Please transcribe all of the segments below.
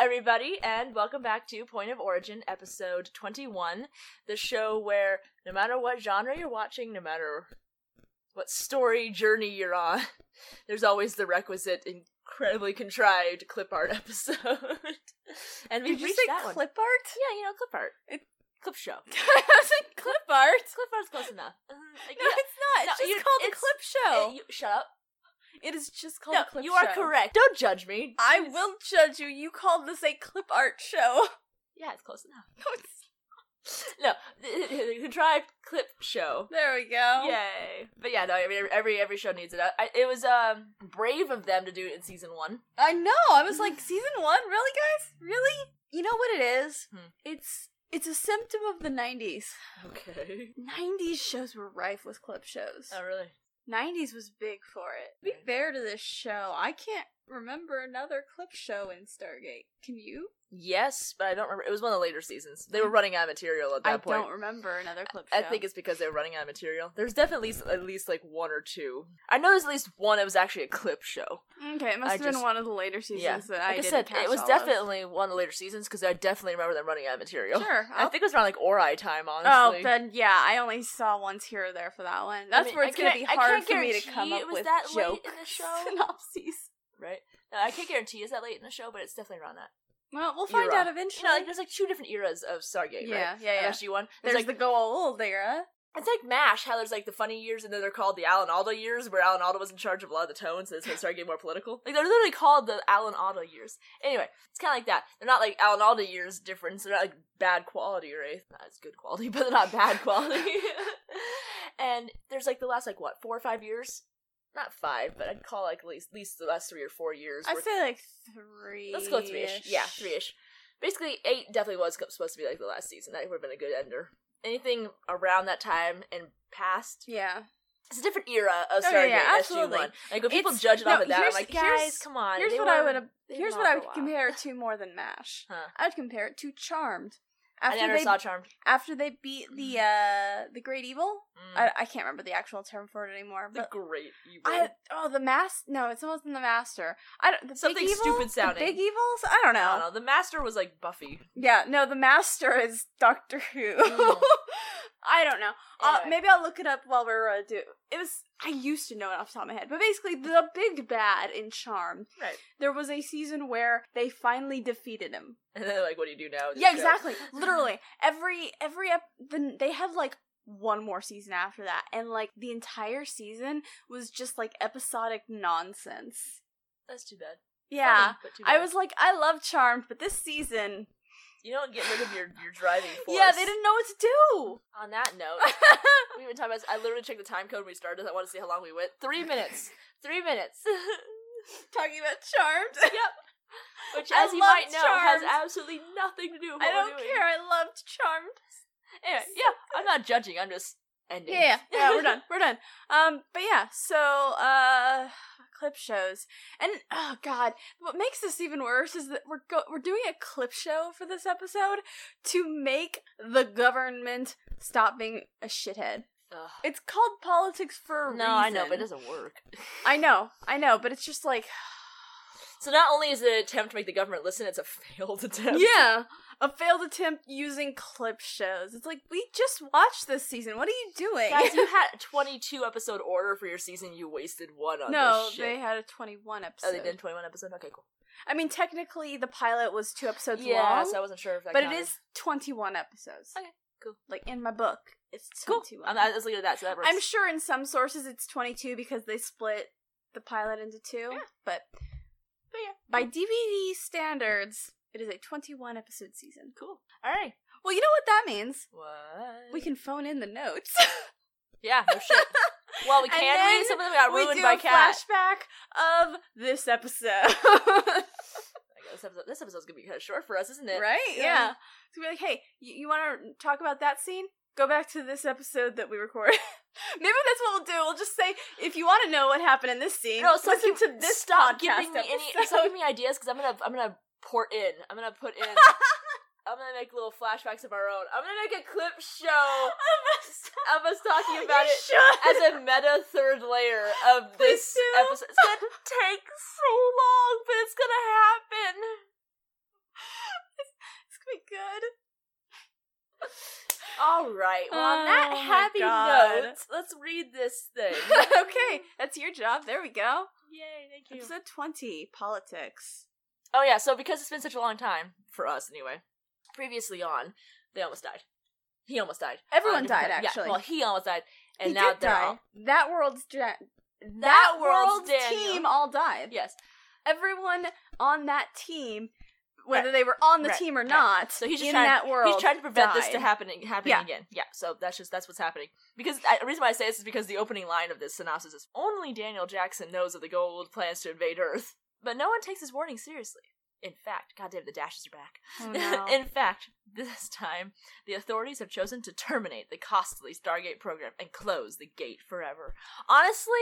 everybody, and welcome back to Point of Origin, episode 21, the show where no matter what genre you're watching, no matter what story journey you're on, there's always the requisite incredibly contrived clip art episode. and we've Did you reached say that one. clip art? Yeah, you know, clip art. It- clip show. I was like, clip art? Clip art's close enough. Mm, yeah. No, it's not. It's No, just you- called it's- a clip show. Uh, you- shut up. it is just called No, a clip you show. are correct. Don't judge me. I will judge you. You called this a clip art show. Yeah, it's close enough. No, the contrived clip show. there we go. Yay! But yeah, no, I mean, every every show needs it. I, I- it was um brave of them to do it in season one. I know. I was like, season one? Really, guys? Really? You know what it is? Hmm. It's it's a symptom of the 90s. Okay. 90s shows were rife with clip shows. Oh really? 90s was big for it. To be Right. fair to this show, I can't remember another clip show in Stargate. Can you? Yes, but I don't remember. It was one of the later seasons. They were running out of material at that Mm. I point. don't remember another clip show. I think it's because they were running out of material. There's definitely at least, at least like one or two. I know there's at least one that was actually a clip show. Okay, it must I have just- been one of the later seasons yeah. that I Like I, didn't said, catch it was all definitely one of the later seasons because I definitely remember them running out of material. Of. Sure. I I'll- think it was around like Ori time, oh, honestly. then yeah, I only saw once here or there for that one. That's mean, where I it's going to be can't- I hard can't for me to guarantee come it up was with that late joke in the show. synopses. right? No, I can't guarantee it's that late in the show, but it's definitely around that. Well, we'll find Era. out You eventually. know, like there's like two different eras of Stargate, yeah, right? yeah, yeah. MSG one. There's, like There's the go old era. it's like Mash, how there's like the funny years and then they're called the Alan Alda years, where Alan Alda was in charge of a lot of the tones, so it's when it started getting more political. Like they're literally called the Alan Alda years. Anyway, it's kinda like that. They're not like Alan Alda years difference, they're not like bad quality or anything. Not as good quality, but they're not bad quality. and there's like the last like what, four or five years? Not five, but I'd call like at least, at least the last three or four years. I'd worth- say like three. Let's go three ish. Yeah, three ish. Basically, eight definitely was co- supposed to be like the last season. That would have been a good ender. Anything around that time and past, Yeah. it's a different era of Oh, Stargate yeah, yeah, SG One. absolutely. Like when people It's- judge it no, off of that, I'm here's- like, guys, here's- come on. Here's they what I were- would have. they've Here's been what I on for a would while. compare it to more than Mash. Huh. I would compare it to Charmed. I After never they saw Charmed. after they beat the uh the Great Evil, Mm. I, I can't remember the actual term for it anymore. the But great evil. I oh the mass no it's almost in the master. I don't the Something big evil? stupid The sounding. big evils. I don't know. I don't know. The master was like Buffy. Yeah, no, the master is Doctor Who. Mm. I don't know. Uh, Anyway. maybe I'll look it up while we're uh, do. It was I used to know it off the top of my head, but basically the big bad in Charm. Right. There was a season where they finally defeated him. And then like, what do you do now? with Yeah, this Oh, show? exactly. Literally every every ep- the, they had like one more season after that, and like the entire season was just like episodic nonsense. That's too bad. Yeah, Funny, but too I bad. was like, I love Charmed, but this season, You don't get rid of your your driving force. yeah, they didn't know what to On that note, do. we even talked about this. I literally checked the time code when we started. I want to see how long we went. Three minutes. Three minutes. Talking about Charmed. yep. Which, I as you loved might know, has Charmed. absolutely nothing to do with what I don't we're doing. care. I loved Charmed. Anyway, yeah, I'm not judging. I'm just ending. Yeah, yeah, yeah, we're done. We're done. Um, but yeah, so uh, clip shows, and oh god, what makes this even worse is that we're go- we're doing a clip show for this episode to make the government stop being a shithead. Ugh. It's called politics for a No, I know, but it reason. doesn't work. I know, I know, but it's just like So not only is it an attempt to make the government listen, it's a failed attempt. Yeah, a failed attempt using clip shows. It's like we just watched this season. What are you doing? Guys, you had a 22 episode order for your season. You wasted one on no, this shit. they had a twenty-one episode. Oh, they did 21 episode. Okay, cool. I mean, technically, the pilot was two episodes yeah, long, so I wasn't sure if that. but counted. it is twenty-one episodes. Okay, cool. Like in my book, it's cool. twenty-one. I'm, I was looking at that, so that works. I'm sure in some sources it's twenty-two because they split the pilot into two. Yeah. Mm. But But yeah, by DVD standards, it is a twenty-one episode season. cool. All right. Well, you know what that means. What? We Mm. can phone in the notes. Yeah, no shit. Well, we And can read then something that got we ruined do by a cat. flashback of this episode. Like, This, episode, this episode's gonna be kind of short for us, isn't it? right? Yeah. Yeah. So we're like, hey, you, you want to talk about that scene? Go back to this episode that we recorded. Maybe that's what we'll do. We'll just say, if you want to know what happened in this scene, No, so listen keep- to this Stop podcast giving me any. episode. Stop giving me ideas because I'm gonna I'm gonna pour in. I'm gonna put in. I'm gonna make little flashbacks of our own. I'm gonna make a clip show of us talking about You it should. as a meta third layer of Please this do. episode. It's gonna take so long, but it's gonna happen. good. All right. Well, on Oh, my that happy God. note, let's read this thing. okay, that's your job. There we go. Yay! Thank Episode 20 Politics. Oh yeah. So because it's been such a long time for us, anyway. Previously on, they almost died. He almost died. Everyone On a different died, time. Yeah, actually. well, he almost died, and He now did they're die. all That world's ja- that, world's world's, Daniel. team all died. yes. Everyone on that team, whether Right. they were on the Right. team or Right. not, So he's just in trying- that world, He's trying to prevent this to died. happening happening Yeah. again. Yeah. So that's just that's what's happening. Because I, the reason why I say this is because the opening line of this synopsis is only Daniel Jackson knows of the gold plans to invade Earth, but no one takes his warning seriously. In fact, goddamn, the dashes are back. Oh, no. In fact, this time, the authorities have chosen to terminate the costly Stargate program and close the gate forever. Honestly,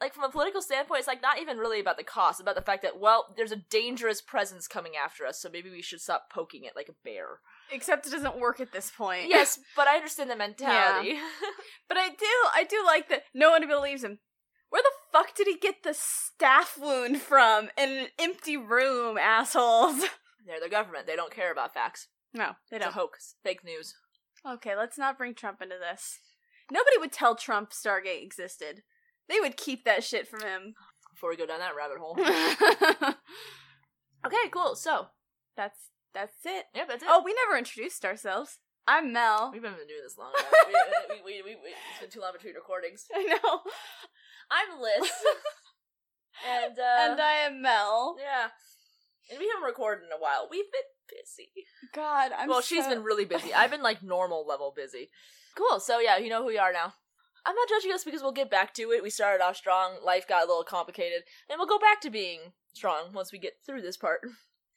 like from a political standpoint, it's like not even really about the cost, it's about the fact that, well, there's a dangerous presence coming after us, so maybe we should stop poking it like a bear. Except it doesn't work at this point. Yes, but I understand the mentality. But I do, I do like that no one believes him. Where the fuck did he get the staff wound from in an empty room, assholes? They're the government. They don't care about facts. No, they It's a don't. hoax. Fake news. Okay, let's not bring Trump into this. Nobody would tell Trump Stargate existed. They would keep that shit from him. Before we go down that rabbit hole. okay, cool. So, that's that's it. yeah, that's it. Oh, we never introduced ourselves. I'm Mel. We've been doing this long enough. we, we, we, we, it's been too long between recordings. I know. I'm Liz. and, uh. and I am Mel. Yeah. And we haven't recorded in a while. We've been busy. God, I'm well, so... she's been really busy. I've been, like, normal level busy. Cool. So, yeah, you know who we are now. I'm not judging us because we'll get back to it. We started off strong. Life got a little complicated. And we'll go back to being strong once we get through this part.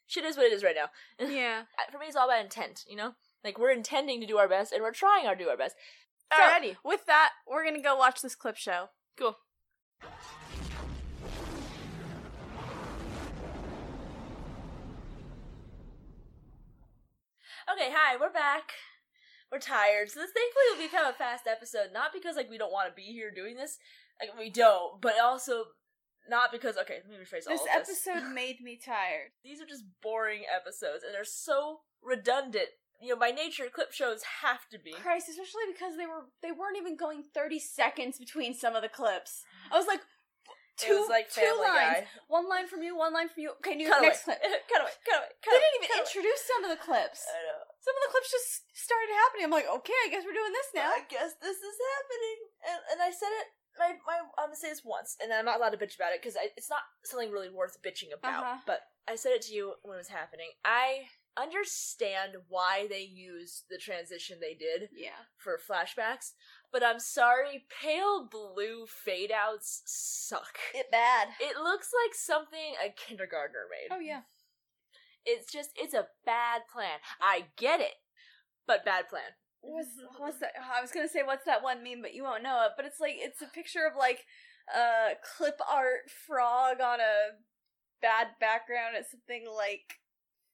Shit is what it is right now. Yeah. For me, it's all about intent, you know? Like, we're intending to do our best, and we're trying our do our best. So- Alrighty. With that, we're gonna go watch this clip show. Cool. Okay, hi, we're back. We're tired, so this thankfully will become a fast episode. Not because like we don't want to be here doing this, like we don't, but also not because okay, let me rephrase all of this. made me tired. These are just boring episodes, and they're so redundant. You know, by nature, clip shows have to be. Christ, especially because they were they weren't even going thirty seconds between some of the clips. I was like, It two was like two Family lines, Guy. one line from you, one line from you. Okay, new, Cut away. next clip. cut away, cut away, cut They away, didn't cut even away. introduce some of the clips. I know. Some of the clips just started happening. I'm like, okay, I guess we're doing this now. I guess this is happening. And, and I said it. My my I'm gonna say this once, and I'm not allowed to bitch about it because it's not something really worth bitching about. Uh-huh. But I said it to you when it was happening. I understand why they used the transition they did Yeah. for flashbacks, but I'm sorry, pale blue fade outs suck. It bad. It looks like something a kindergartner made. Oh yeah. It's just it's a bad plan. I get it, but bad plan. What's what's that? I was gonna say what's that one meme, but you won't know it. But it's like it's a picture of like a clip art frog on a bad background. It's something like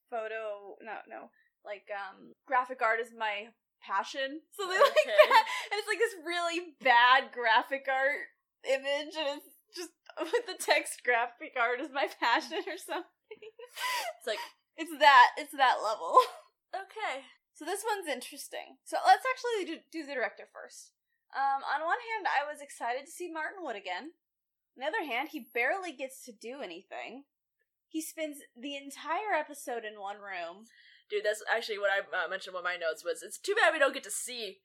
photo. No, no, like um graphic art is my passion. Something like Okay. that. And it's like this really bad graphic art image, and it's just with the text "graphic art is my passion" or something. It's like It's that. It's that level. okay. So this one's interesting. So let's actually do, do the director first. Um, on one hand, I was excited to see Martin Wood again. On the other hand, he barely gets to do anything. He spends the entire episode in one room. Dude, that's actually what I uh, mentioned in my notes was. It's too bad we don't get to see.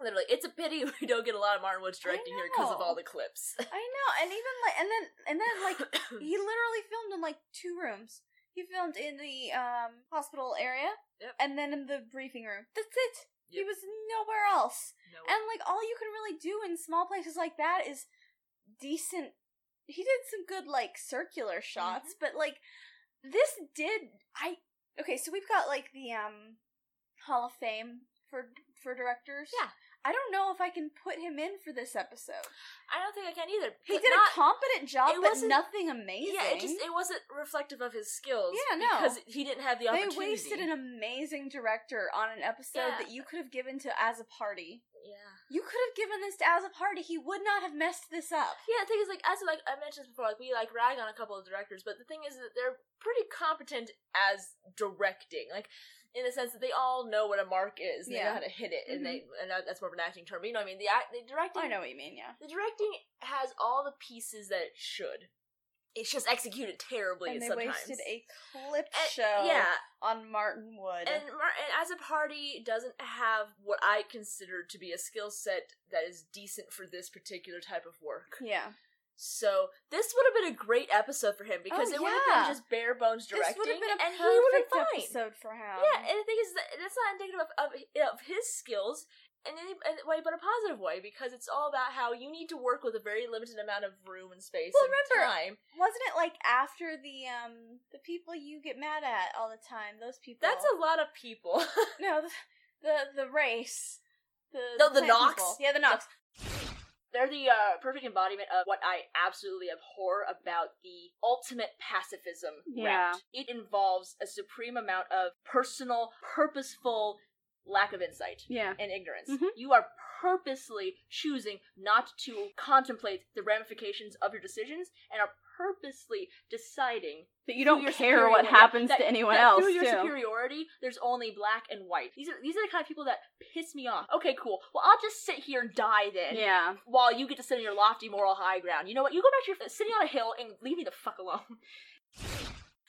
Literally, it's a pity we don't get a lot of Martin Woods I directing here because of know. all the clips. I know, and even like, and then and then like, he literally filmed in like two rooms. He filmed in the um, hospital area, Yep. and then in the briefing room. That's it. He Yep. was nowhere else. No. And like all you can really do in small places like that is decent. He did some good like circular shots, Mm-hmm. but like this did I Okay, so we've got like the um Hall of Fame for for directors. Yeah. I don't know if I can put him in for this episode. I don't think I can either. He But did not- a competent job, it but wasn't- nothing amazing. Yeah, it just it wasn't reflective of his skills. Yeah, no. because he didn't have the they opportunity. wasted an amazing director on an episode Yeah. that you could have given to as a party. Yeah. You could have given this to As a Party. He would not have messed this up. Yeah, the thing is, like, as like I mentioned this before, like we like rag on a couple of directors, but the thing is that they're pretty competent as directing, like in the sense that they all know what a mark is, they Yeah. Mm-hmm. know how to hit it, and they and that- that's more of an acting term. But you know what I mean? The act, the directing, I know what you mean, yeah. the directing has all the pieces that it should. It's just executed terribly and they sometimes. wasted a clip And- show yeah, on Martin Wood. and, Mar- and as a party doesn't have what I consider to be a skill set that is decent for this particular type of work. yeah. So this would have been a great episode for him because it would have yeah. been just bare bones directing, this would have been a and perfect he would have been fine. episode for him. Yeah, and the thing is that that's not indicative of, of, of his skills in any in a way but a positive way because it's all about how you need to work with a very limited amount of room and space Well, and remember- time. Wasn't it like after the um the people you get mad at all the time? Those people. That's a lot of people. no the the, the race. The No, the plant Knox. people. Yeah, the Knox. They're the uh, perfect embodiment of what I absolutely abhor about the ultimate pacifism Yeah. route. It involves a supreme amount of personal, purposeful lack of insight Yeah. and ignorance. Mhm. You are purposely choosing not to contemplate the ramifications of your decisions and are purposely deciding But you through your superiority- that- that Through your superiority, there's only black and white. These are these are the kind of people that piss me off. Okay, cool. Well, I'll just sit here and die then. yeah. While you get to sit on your lofty moral high ground. You know what? You go back to your sitting on a hill and leave me the fuck alone.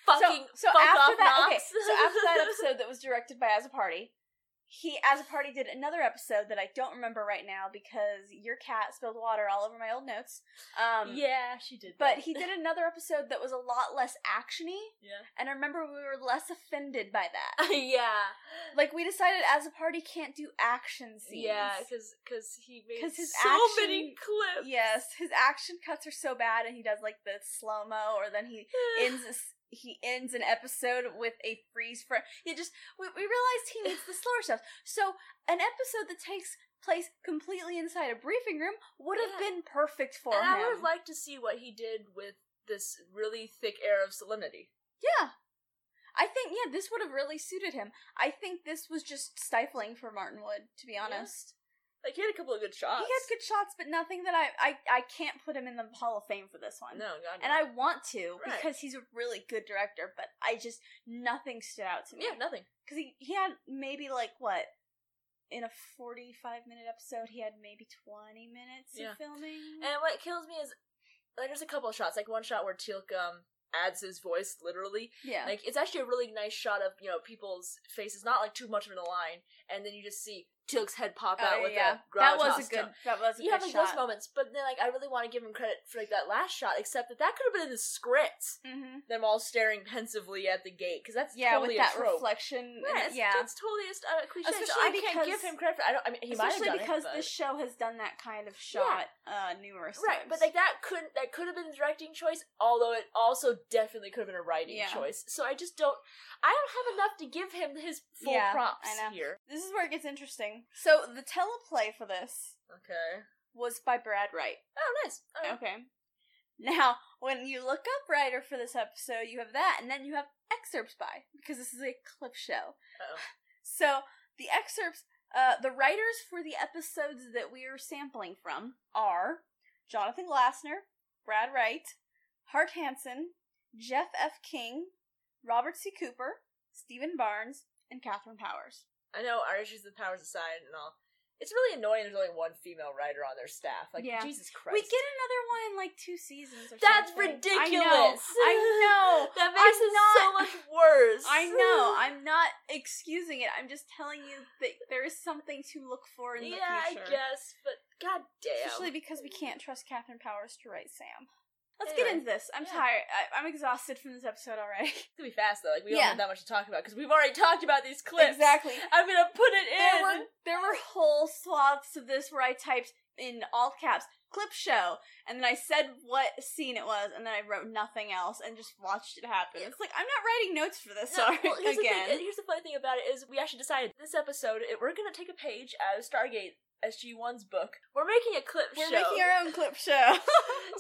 Fucking so, so fuck after off, that, Knox. okay. So after that episode that was directed by As a Party, he As a Party did another episode that I don't remember right now because your cat spilled water all over my old notes. Um, yeah, she did. But he did another episode that was a lot less actiony, Yeah. and I remember we were less offended by that. yeah. Like we decided as a party can't do action scenes. Yeah, because because he made 'Cause his so many action- clips. Yes, his action cuts are so bad, and he does like the slow mo, or then he ends a s he ends an episode with a freeze frame. Yeah, just we, we realized he needs the slower stuff. So an episode that takes place completely inside a briefing room would have Yeah. been perfect for and him. I would have liked to see what he did with this really thick air of solemnity. yeah. I think yeah, this would have really suited him. I think this was just stifling for Martin Wood, to be honest. Like he had a couple of good shots. He had good shots, but nothing that I, I I can't put him in the Hall of Fame for this one. No, God. And I want to Right. because he's a really good director, but I just nothing stood out to me. yeah, nothing. because he, he had maybe like what in a 45 minute episode he had maybe 20 minutes Yeah. of filming And what kills me is like there's a couple of shots, like one shot where Teal'c um adds his voice literally. yeah Like it's actually a really nice shot of you know people's faces, not like too much of an line, and then you just see Teal'c's head pop out Oh, with yeah. a that gravitas was a good tone. that was a You good have like shot those moments, but then like I really want to give him credit for like that last shot, except that that could have been in the script. mm-hmm. Them all staring pensively at the gate because that's yeah totally with a that trope. reflection Right, it's- and, yeah that's totally a st- uh, cliche. so Especially I can't because- give him credit. For, I don't. I mean, he might have especially done because it, but... this show has done that kind of shot uh numerous Right, times but like that couldn't that could have been a directing choice, although it also definitely could have been a writing Yeah. choice. So I just don't I don't have enough to give him his full Yeah, props I know. here. this is where it gets interesting so the teleplay for this Okay. was by brad wright Oh nice. All right. Okay. Now, when you look up writer for this episode, you have that, and then you have excerpts by, because this is a clip show. Uh-oh. So, the excerpts, uh, the writers for the episodes that we are sampling from are Jonathan Glassner, Brad Wright, Hart Hansen, Jeff F. King, Robert C. Cooper, Stephen Barnes, and Catherine Powers. I know our issues with powers aside and all. It's really annoying there's only one female writer on their staff. Like Yeah. Jesus Christ. We get another one in like two seasons or That's something. I know, ridiculous. I know. that makes I'm it so not- much worse. I know. I'm not excusing it. I'm just telling you that there is something to look for in the Yeah, I future. guess, but god damn. Especially because we can't trust Catherine Powers to write Sam. Let's get Anyway, into this. I'm yeah. tired. I, I'm exhausted from this episode already. it's gonna be fast though. Like we Yeah. don't have that much to talk about because we've already talked about these clips. Exactly. I'm gonna put it There in. were there were whole swaths of this where I typed in all caps clip show and then I said what scene it was and then I wrote nothing else and just watched it happen. Yeah. It's like I'm not writing notes for this. No, Sorry well, here's The again. thing, here's the funny thing about it is we actually decided this episode it, we're gonna take a page out of Stargate SG One's book. We're making a clip We're show. making our own clip show.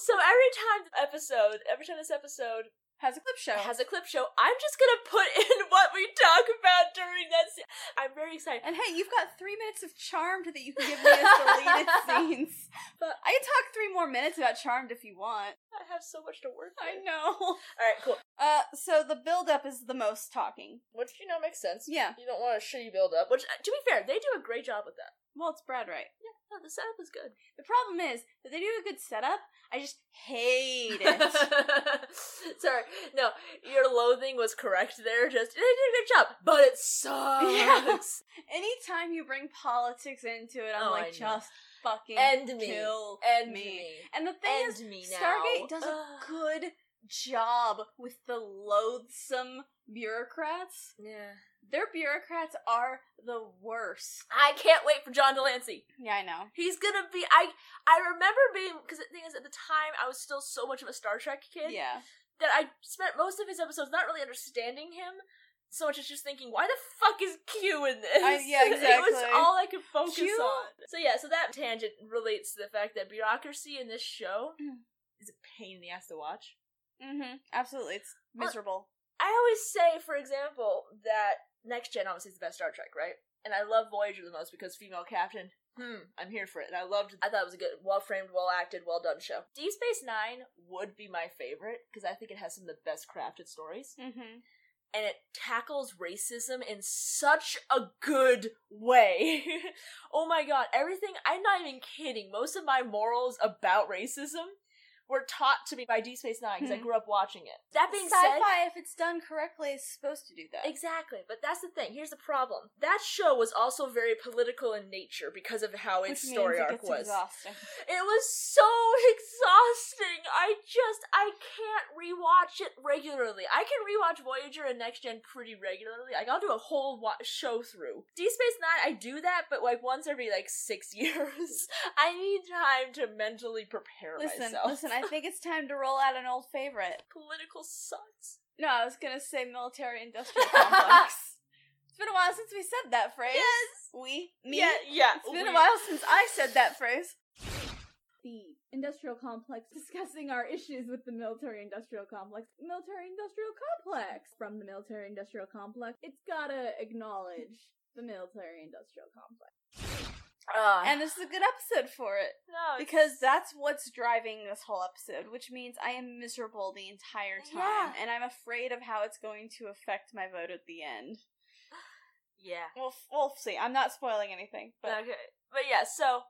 so every time the episode, every time this episode has a clip show. has a clip show. I'm just gonna put in what we talk about during that. Se- I'm very excited. and hey, you've got three minutes of Charmed that you can give me as deleted scenes. But I can talk three more minutes about Charmed if you want. I have so much to work. I with. know. All right, cool. Uh, so the build up is the most talking. Which you know makes sense. Yeah. You don't want a shitty build up. Which, uh, to be fair, they do a great job with that. Well, it's Brad Wright. No, Oh, the setup is good. The problem is that they do a good setup. I just hate it. Sorry, no, your loathing was correct there. Just they did a good job, but it sucks. Anytime you bring politics into it, I'm Oh, I like, know. just fucking End me. kill End me. me. And the thing is, End me now. Stargate does a Ugh. good job with the loathsome bureaucrats. Yeah. Their bureaucrats are the worst. I can't wait for John Delancey. Yeah, I know. He's gonna be. I I remember being because the thing is at the time I was still so much of a Star Trek kid Yeah. that I spent most of his episodes not really understanding him so much as just thinking why the fuck is Q in this? I- yeah, it was exactly. all I could focus Q? on. So yeah, so that tangent relates to the fact that bureaucracy in this show Mm. is a pain in the ass to watch. Mm-hmm. Absolutely. It's Well- miserable. I always say, for example, that Next Gen obviously is the best Star Trek, right? And I love Voyager the most because female captain. Hmm, I'm here for it. And I loved. I thought it was a good, well framed, well acted, well done show. Deep Space Nine would be my favorite because I think it has some of the best crafted stories, Mm-hmm. and it tackles racism in such a good way. oh my god, everything! I'm not even kidding. Most of my morals about racism were taught to me by Deep Space Nine because Hmm. I grew up watching it. That being said, Sci-fi, if it's done correctly, is supposed to do that. Exactly, but that's the thing. Here's the problem. That show was also very political in nature because of how its Which story means it arc gets was. exhausting. It was so exhausting. I just I can't rewatch it regularly. I can rewatch Voyager and Next Gen pretty regularly. Like I'll do a whole wa- show through. Deep Space Nine, I do that, but like once every like six years. I need time to mentally prepare Listen, myself. listen. I think it's time to roll out an old favorite. Political sucks. No, I was gonna say military-industrial complex. it's been a while since we said that phrase. Yes. We, me, Yeah, yeah. It's been we- a while since I said that phrase. The industrial complex discussing our issues with the military industrial complex. Military industrial complex! From the military industrial complex, it's gotta acknowledge the military industrial complex. Ah. And this is a good episode for it. no, it's- Because that's what's driving this whole episode, which means I am miserable the entire time, Yeah. and I'm afraid of how it's going to affect my vote at the end. yeah. We'll, we'll see. I'm not spoiling anything, but okay. But yeah, so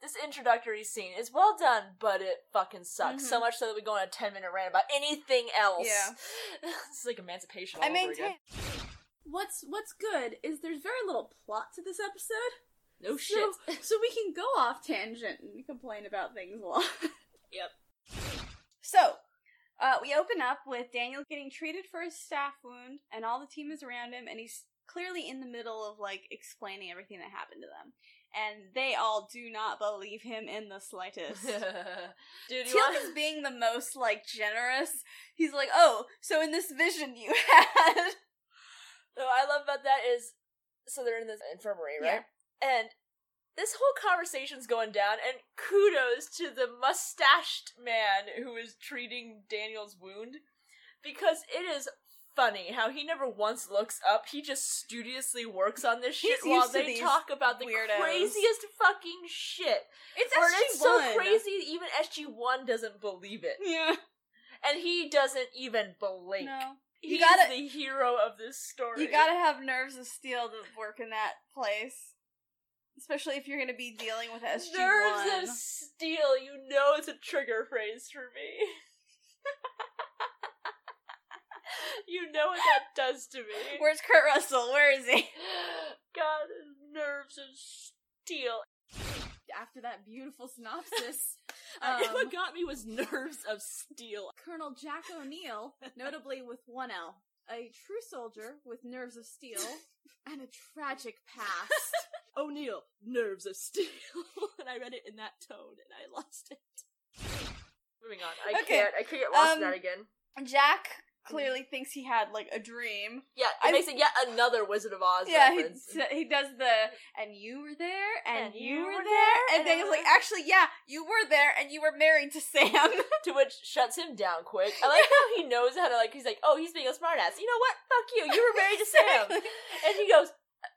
this introductory scene is well done, but it fucking sucks. So Mhm. much so that we go on a 10 minute rant about anything else. Yeah. this is like emancipation. All I over maintain. Again. what's what's good is there's very little plot to this episode, No so so we can go off tangent and complain about things a lot. So, uh, we open up with Daniel getting treated for his staff wound, and all the team is around him, and he's clearly in the middle of like explaining everything that happened to them. And they all do not believe him in the slightest. Dude, you Teal'c is want being the most like generous. He's like, "Oh, so in this vision you had." No, I love about that is so they're in this infirmary, right? And this whole conversation's going down, and kudos to the mustached man who is treating Daniel's wound because it is funny how he never once looks up. He just studiously works on this He's shit while used to they these talk about the weirdos. craziest fucking shit. It's Or actually it's so crazy that even SG1 doesn't believe it. Yeah. And he doesn't even blink. No. You He's gotta- the hero of this story. You gotta have nerves of steel to work in that place, especially if you're gonna be dealing with SG Nerves of steel, you know it's a trigger phrase for me. you know what that does to me. Where's Kurt Russell? Where is he? God, nerves of steel. After that beautiful synopsis, I- um, got me was nerves of steel. Colonel Jack O'Neill, notably with one L, a true soldier with nerves of steel and a tragic past. O'Neill, nerves of steel. and I read it in that tone and I lost it. Moving on. I Okay, can't I can't get lost um, in that again. Jack clearly thinks he had like a dream. Yeah, it I'm- makes it yet another Wizard of Oz yeah, he, reference. s- he does the and you were there And and, you were there, and then he's like, actually, yeah, you were there and you were married to Sam. to which shuts him down quick. I like how he knows how to like. He's like, oh, he's being a smartass. You know what? Fuck you. You were married to Sam, Exactly. and he goes.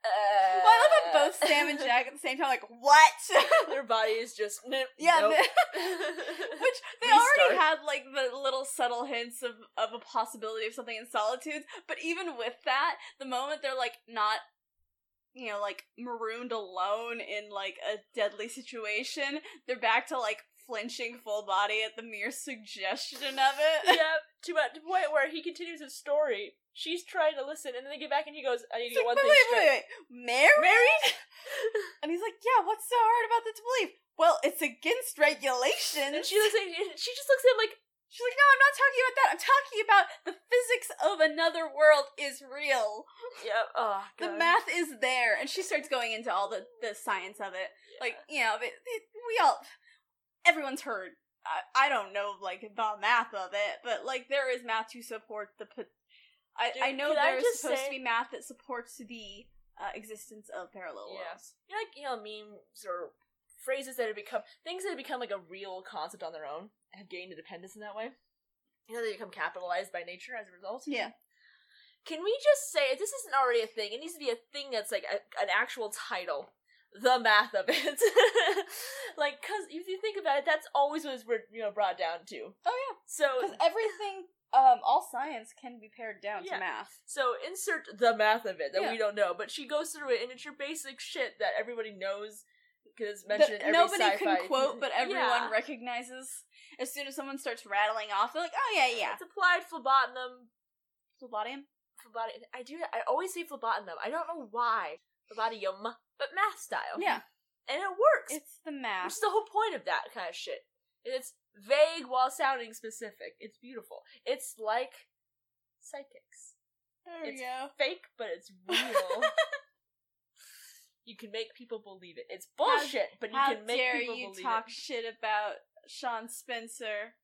Uh, Well, I love how both Sam and Jack at the same time like what? Their body is just nope. yeah, nope. the- Which they already Restart. had like the little subtle hints of, of a possibility of something in solitudes, but even with that, the moment they're like not you know, like marooned alone in like a deadly situation, they're back to like flinching full body at the mere suggestion of it. yeah, to about the point where he continues his story. She's trying to listen, and then they get back, and he goes, "I need to get one wait, thing wait, straight." wait, wait. Married? and he's like, Yeah, what's so hard about the belief? Well, it's against regulations. And she looks at and she just looks at him like, She's like, no, I'm not talking about that. I'm talking about the physics of another world is real. "Yeah, oh, The God. math is there. And she starts going into all the, the science of it. Like, you know, it, it, we all, everyone's heard. I, I don't know, like, the math of it, but, like, there is math to support the. pot- I, Dude, I know can I there is just supposed say- to be math that supports the uh, existence of Yeah. parallel worlds. you know, like you know memes or phrases that have become things that have become like a real concept on their own have gained independence in that way. You know, they become capitalized by nature as a result. Yeah. Can we just say if this isn't already a thing? It needs to be a thing that's like a, an actual title. The math of it, like, cause if you think about it, that's always what it's we're you know brought down to. Oh, yeah. So, Because everything, um, all science can be pared down Yeah. to math. so insert the math of it that Yeah. we don't know, but she goes through it, and it's your basic shit that everybody knows because it's that mentioned. in every nobody sci-fi. can quote, but everyone Yeah. recognizes. As soon as someone starts rattling off, they're like, "Oh yeah, yeah." It's applied phlebotinum. Phlebotium. Phlebotinum. I do. I always say phlebotinum. I don't know why. Phlebotium, but math style. Yeah, and it works. it's the Which is math. the whole point of that kind of shit. It's vague while sounding specific. It's beautiful. It's like psychics. There it's go. Fake, but it's real. you can make people believe it. It's bullshit, but you How can make dare people you believe talk it. shit about Sean Spencer?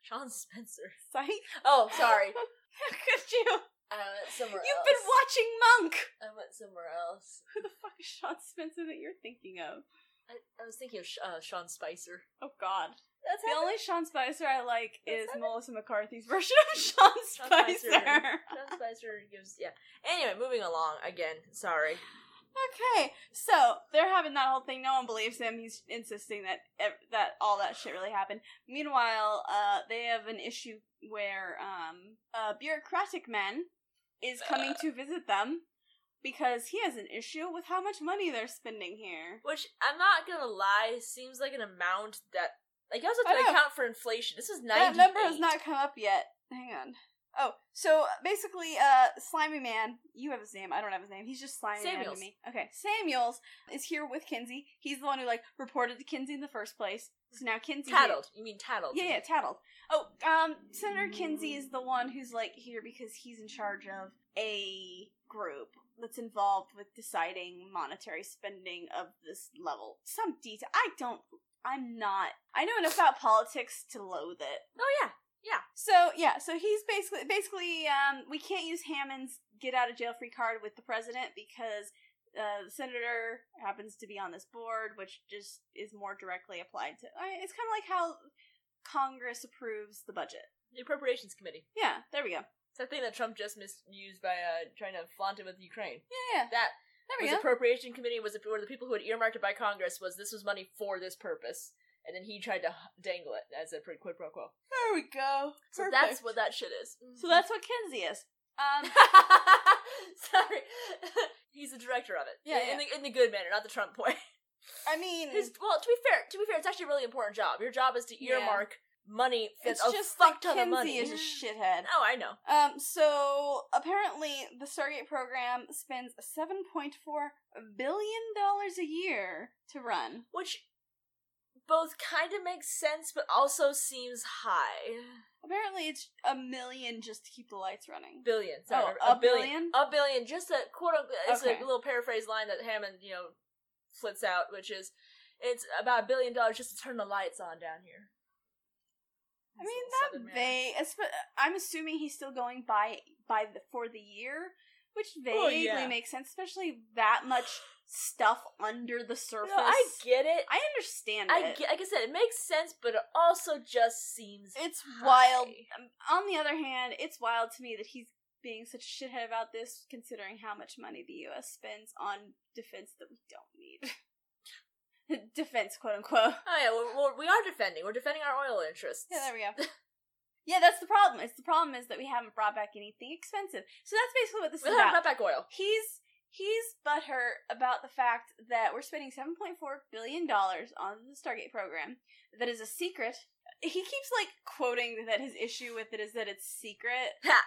Sean Spencer. Psych. Oh, sorry. How could you? I went somewhere You've else. been watching Monk. I went somewhere else. Who the fuck is Sean Spencer that you're thinking of? I, I was thinking of Sh- uh, Sean Spicer. Oh God. That's The only Sean Spicer I like That's is how they- Melissa McCarthy's version of Sean Sean Spicer. Spicer. Sean Spicer gives yeah. Anyway, moving along again. Sorry. Okay, so they're having that whole thing. No one believes him. He's insisting that ev- that all that shit really happened. Meanwhile, uh, they have an issue where um, a bureaucratic man is coming to visit them because he has an issue with how much money they're spending here. Which I'm not gonna lie, seems like an amount that like you also have I to know. account for inflation. This is That ninety. number has not come up yet. Hang on. Oh, so basically, uh, Slimy Man, you have his name. I don't have his name. He's just Slimy Man Samuels. to me. Okay, Samuels is here with Kinsey. He's the one who like reported to Kinsey in the first place. So now Kinsey tattled. You mean tattled? Yeah, yeah, tattled. Oh, um, Senator Kinsey is the one who's like here because he's in charge of a group that's involved with deciding monetary spending of this level. Some detail. I don't. I'm not. I know enough about politics to loathe it. Oh yeah. So yeah, so he's basically basically um, we can't use Hammond's get out of jail free card with the president because uh, the senator happens to be on this board, which just is more directly applied to. I it's kind of like how Congress approves the budget. The Appropriations Committee. Yeah, there we go. It's that thing that Trump just misused by uh, trying to flaunt it with Ukraine. Yeah, yeah, That there we was go. appropriation committee was were the people who had earmarked it by Congress was this was money for this purpose, and then he tried to h- dangle it as a pro- quid pro quo. there we go. So Perfect. that's what that shit is. Mm-hmm. so that's what Kinsey is. Um, Sorry. He's the director of it. Yeah, In, the in the good manner, not the Trump way. I mean, His, well, to be fair, to be fair, it's actually a really important job. Your job is to Yeah. earmark money that's it's a just fuck like ton Kinsey of money. is a shithead. Oh, I know. Um, so apparently the Stargate program spends seven point four billion dollars a year to run. Which both kind of makes sense, but also seems high. Apparently it's a million just to keep the lights running. Billion. Sorry, Oh, a billion? A billion. Just a quote. unquote- It's Okay. a little paraphrase line that Hammond, you know, flits out, which is, "It's about a billion dollars just to turn the lights on down here." I mean that vague. esp- I'm assuming he's still going by by the for the year, which vaguely Oh, yeah. makes sense, especially that much stuff under the surface. No, I get it. I understand. I it. get, like I said, it makes sense, but it also just seems It's high. wild. Um, on the other hand, it's wild to me that he's being such a shithead about this, considering how much money the U.S. spends on defense that we don't need. defense, quote unquote. Oh yeah, we're, we're, we are defending. We're defending our oil interests. Yeah, there we go. yeah, that's the problem. It's the problem is that we haven't brought back anything expensive. So that's basically what this we is haven't about. brought back oil. He's he's butthurt about the fact that we're spending seven point four billion dollars on the Stargate program that is a secret. He keeps like quoting that his issue with it is that it's secret. Ha!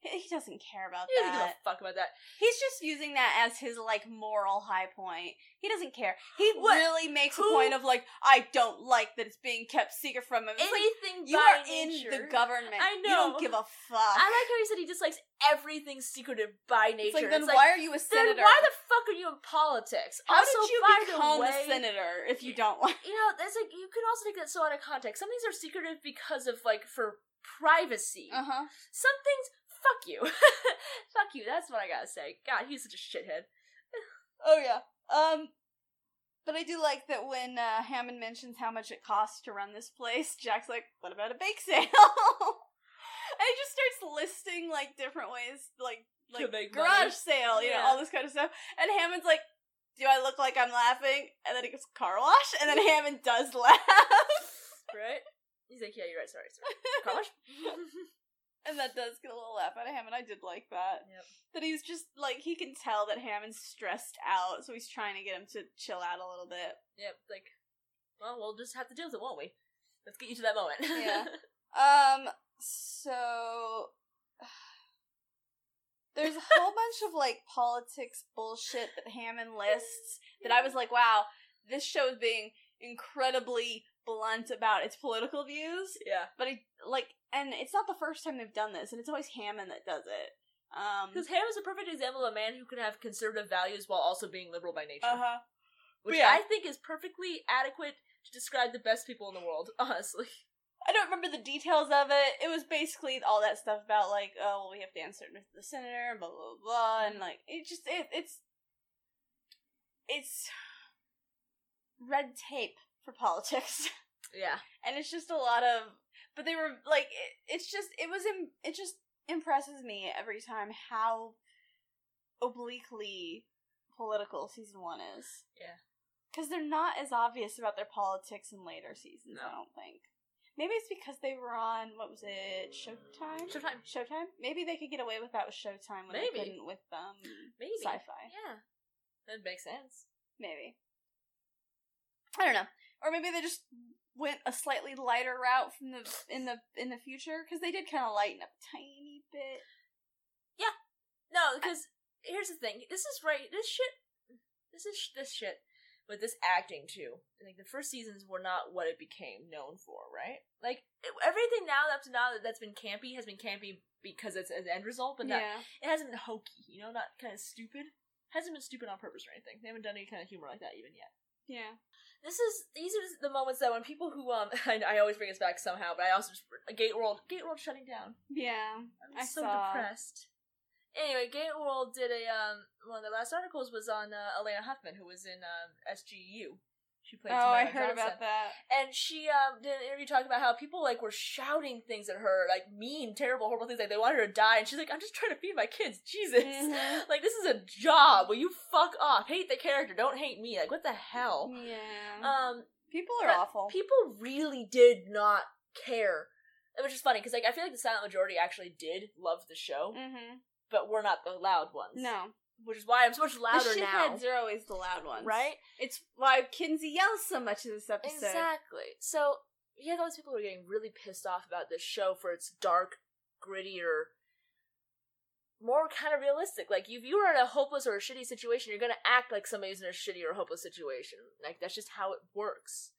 He he doesn't care about He doesn't give a that. fuck about that. He's just using that as his like moral high point. He doesn't care. He What? really makes Who- a point of like, I don't like that it's being kept secret from him. It's like Anything you by are in the nature. government. I You know. don't give a fuck. I like how he said he dislikes everything secretive by nature. it's like It's then like, why are you then a senator? why the fuck are you in politics? How also, did you by the become way, a senator if you don't like? You know, that's like you can also take that so out of context. Some things are secretive because of like for privacy. huh. Some things, fuck you, fuck you. That's what I gotta say. God, he's such a shithead. Oh yeah. Um, but I do like that when uh, Hammond mentions how much it costs to run this place, Jack's like, "What about a bake sale?" and he just starts listing like different ways, like To like make money. garage sale, you know, Yeah. all this kind of stuff. And Hammond's like, "Do I look like I'm laughing?" And then he goes, "Car wash," and then Hammond does laugh, right? He's like, yeah, you're right. Sorry, sorry. Car wash? and that does get a little laugh out of Hammond. I did like that. Yep. That he's just like he can tell that Hammond's stressed out, so he's trying to get him to chill out a little bit. yep. Like, well, we'll just have to deal with it, won't we? Let's get you to that moment. Yeah. Um, so there's a whole bunch of like politics bullshit that Hammond lists that I was like, wow, this show is being incredibly blunt about its political views. yeah. But I like, and it's not the first time they've done this, and it's always Hammond that does it. Um, Because Ham is a perfect example of a man who can have conservative values while also being liberal by nature, uh huh. which yeah. I think is perfectly adequate to describe the best people in the world. Honestly, I don't remember the details of it. It was basically all that stuff about like, oh, well, we have to answer to the senator, blah blah blah, and like it just it, it's it's red tape for politics, yeah. and it's just a lot of. But they were like, it, it's just it was Im- it just impresses me every time how obliquely political season one is. Yeah. because they're not as obvious about their politics in later seasons. No. I don't think. Maybe it's because they were on what was it Showtime? Showtime. Showtime. Maybe they could get away with that with Showtime when Maybe. they couldn't with um Maybe. sci-fi. Yeah, that makes sense. Maybe. I don't know. Or maybe they just went a slightly lighter route from the in the in the future because they did kind of lighten up a tiny bit. No, because here's the thing. This is right. This shit. This is sh- this shit. But this acting too. Like the first seasons were not what it became known for, right? Like it- everything now up to now that's been campy has been campy because it's an end result, but not, it hasn't been hokey. You know, not kind of stupid. Hasn't been stupid on purpose or anything. They haven't done any kind of humor like that even yet yeah. this is these are the moments that when people who um I, I always bring us back somehow, but I also just uh, Gate World Gate World shutting down. Yeah. I'm I so saw. depressed. Anyway, Gate World did a um one of the last articles was on uh, Elena Huffman who was in um, SGU. She played. Oh, Tamara I heard Johnson. about that. And she um did an interview talking about how people like were shouting things at her, like mean, terrible, horrible things, like they wanted her to die, and she's like, I'm just trying to feed my kids, Jesus. Mhm. Like this is a job. Will you fuck off? Hate the character, don't hate me. Like what the hell? Yeah. Oh. Um People are but awful. people really did not care which is funny because like i feel like the silent majority actually did love the show mm-hmm. but we're not the loud ones No. which is why i'm so much louder the now shitheads are always the loud ones, right It's why Kinsey yells so much in this episode. exactly so you had all these people who were getting really pissed off about this show for its dark grittier more kind of realistic like if you are in a hopeless or a shitty situation you're gonna act like somebody who's in a shitty or hopeless situation like that's just how it works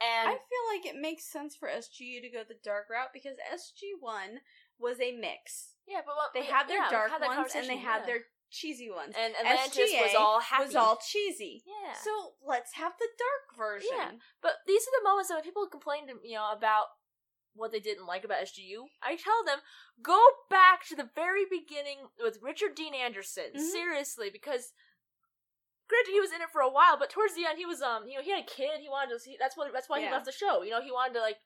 I and feel like it makes sense for SGU to go the dark route because SG One was a mix. yeah but what, They had their yeah, we've dark had that ones and they conversation, had yeah. their cheesy ones. and Atlantis SGA was all happy. was all cheesy. yeah. So, So let's have the dark version. Yeah. but these are the moments that when people complained, you know, about what they didn't like about SGU, I tell them go back to the very beginning with Richard Dean Anderson. Mm-hmm. Mhm. Seriously, because granted he was in it for a while, but towards the end he was um you know he had a kid. He wanted to. He, that's what that's why he Yeah. left the show. You know he wanted to like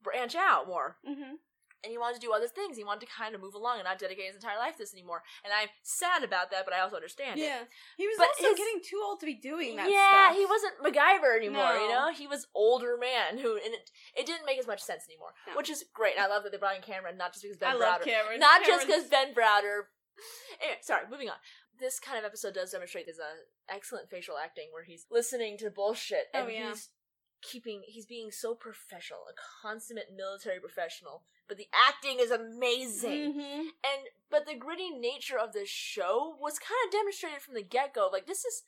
branch out more Mm-hmm. and he wanted to do other things. He wanted to kind of move along and not dedicate his entire life to this anymore. And I'm sad about that, but I also understand it. Yeah, he was But also his- getting too old to be doing that. yeah, stuff. he wasn't MacGyver anymore. You No. know, he was older man who, and it, it didn't make as much sense anymore, No. which is great. And I love that they brought in Cameron, not just because Ben I love Browder, Cameron. not just Cameron's- because Ben Browder. Anyway, sorry, moving on. This kind of episode does demonstrate his uh, excellent facial acting, where he's listening to bullshit and Oh, yeah. he's keeping he's being so professional, a consummate military professional. But the acting is amazing Mm-hmm. and but the gritty nature of this show was kind of demonstrated from the get go. Like this is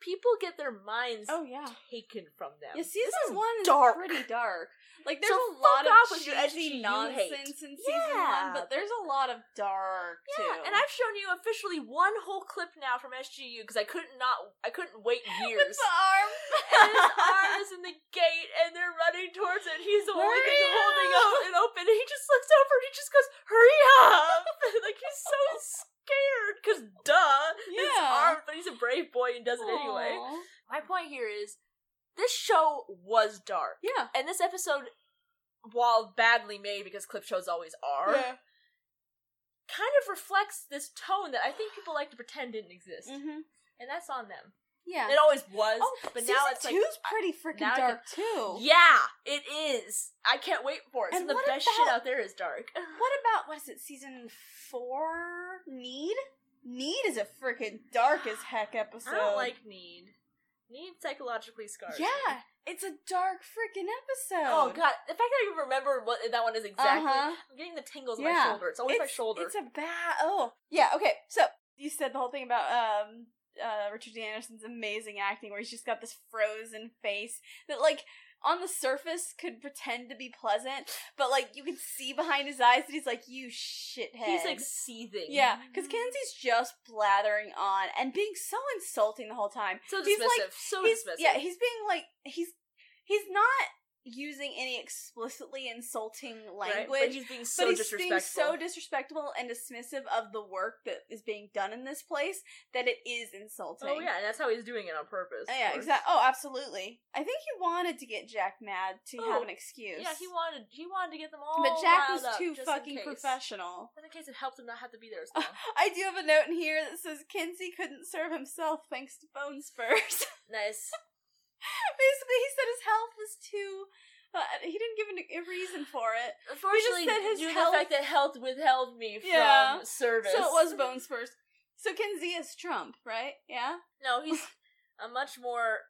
people get their minds Oh yeah. taken from them. Yeah, season this is one is dark. pretty dark. Like So there's a fuck lot of off with your SGU cheesy hate. nonsense in season Yeah. one, but there's a lot of dark Yeah, too. and I've shown you officially one whole clip now from SGU because I couldn't not I couldn't wait with years. the arm. and his arm is in the gate, and they're running towards it. He's the only thing Hurry holding up! out and open. And he just looks over and he just goes, "Hurry up!" like he's so scared because duh, his Yeah. arm. But he's a brave boy and does it anyway. Aw. My point here is this show was dark. Yeah. And this episode, while badly made because clip shows always are, kind of reflects this tone that I think people like to pretend didn't exist. Mm-hmm. And that's on them. Yeah. It always was, oh, but now season it's like. two's pretty freaking now I can- dark too. Yeah, it is. I can't wait for it. So And the what best shit about- out there is dark. What about what is it? Season four? Need? Need is a freaking dark as heck episode. I don't like Need. Need psychologically scars. me. Yeah, it's a dark freaking episode. Oh god, the fact that I can remember what that one is exactly, Uh-huh. I'm getting the tingles on my Yeah. shoulder. It's always my shoulder. It's a bad. Oh, yeah. Okay, so you said the whole thing about um uh Richard D. Anderson's amazing acting, where he's just got this frozen face that like on the surface could pretend to be pleasant, but like you could see behind his eyes that he's like you shithead. He's like seething. Yeah, because Mm. Kenzie's just blathering on and being so insulting the whole time. So dismissive. He's like- so he's, dismissive. Yeah, he's being like he's he's not using any explicitly insulting Right? language. But he's being so but he's disrespectful. being so disrespectful and dismissive of the work that is being done in this place that it is insulting. oh yeah, and that's how he's doing it on purpose. Oh, yeah, exactly. Oh, absolutely. I think he wanted to get Jack mad to Oh, have an excuse. Yeah, he wanted he wanted to get them all. But Jack riled was up too just in fucking case. professional. Just in case it helped him not have to be there as long. I do have a note in here that says Kinsey couldn't serve himself thanks to bone spurs. nice. Basically, he said his health was too. Uh, he didn't give an- a reason for it. Unfortunately, said his due to health- the fact that health withheld me from Yeah. service. So it was bone spurs. So Kinsey is Trump, right? Yeah. No, he's a much more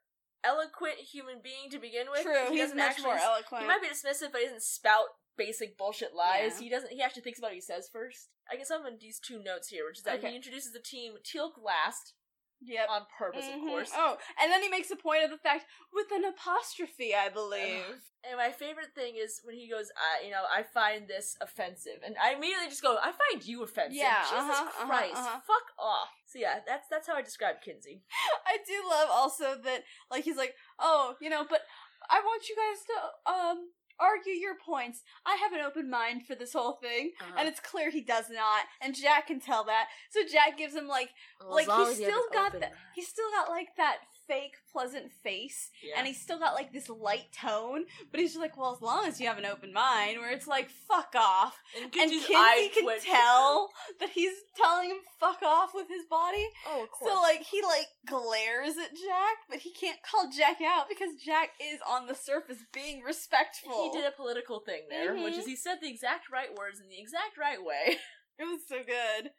eloquent human being to begin with. True. He He's doesn't much actually more s- eloquent. He might be dismissive, but he doesn't spout basic bullshit lies. Yeah. He doesn't. He actually thinks about what he says first. I guess I'm in these two notes here, which is that Okay. he introduces the team Teal'c last Yep. on purpose, Mhm. of course. Oh, and then he makes a point of the fact with an apostrophe, I believe. And my favorite thing is when he goes, I, you know, I find this offensive, and I immediately just go, I find you offensive. Yeah, Jesus uh-huh, uh-huh, Christ, uh-huh. fuck off. So yeah, that's that's how I describe Kinsey. I do love also that like he's like, oh, you know, but I want you guys to um argue your points. I have an open mind for this whole thing. And it's clear he does not, and Jack can tell that. So Jack gives him like, like he's still got that. He's still got like that fake pleasant face, and he's still got like this light tone. But he's just like, well, as long as you have an open mind, where it's like, fuck off. and and Kinsey's Kinsey eye can twitched. tell that he's telling him fuck off with his body. Oh, of course. So like he like glares at Jack, but he can't call Jack out because Jack is on the surface being respectful. he did a political thing there, which Mhm. is he said the exact right words in the exact right way. It was so good.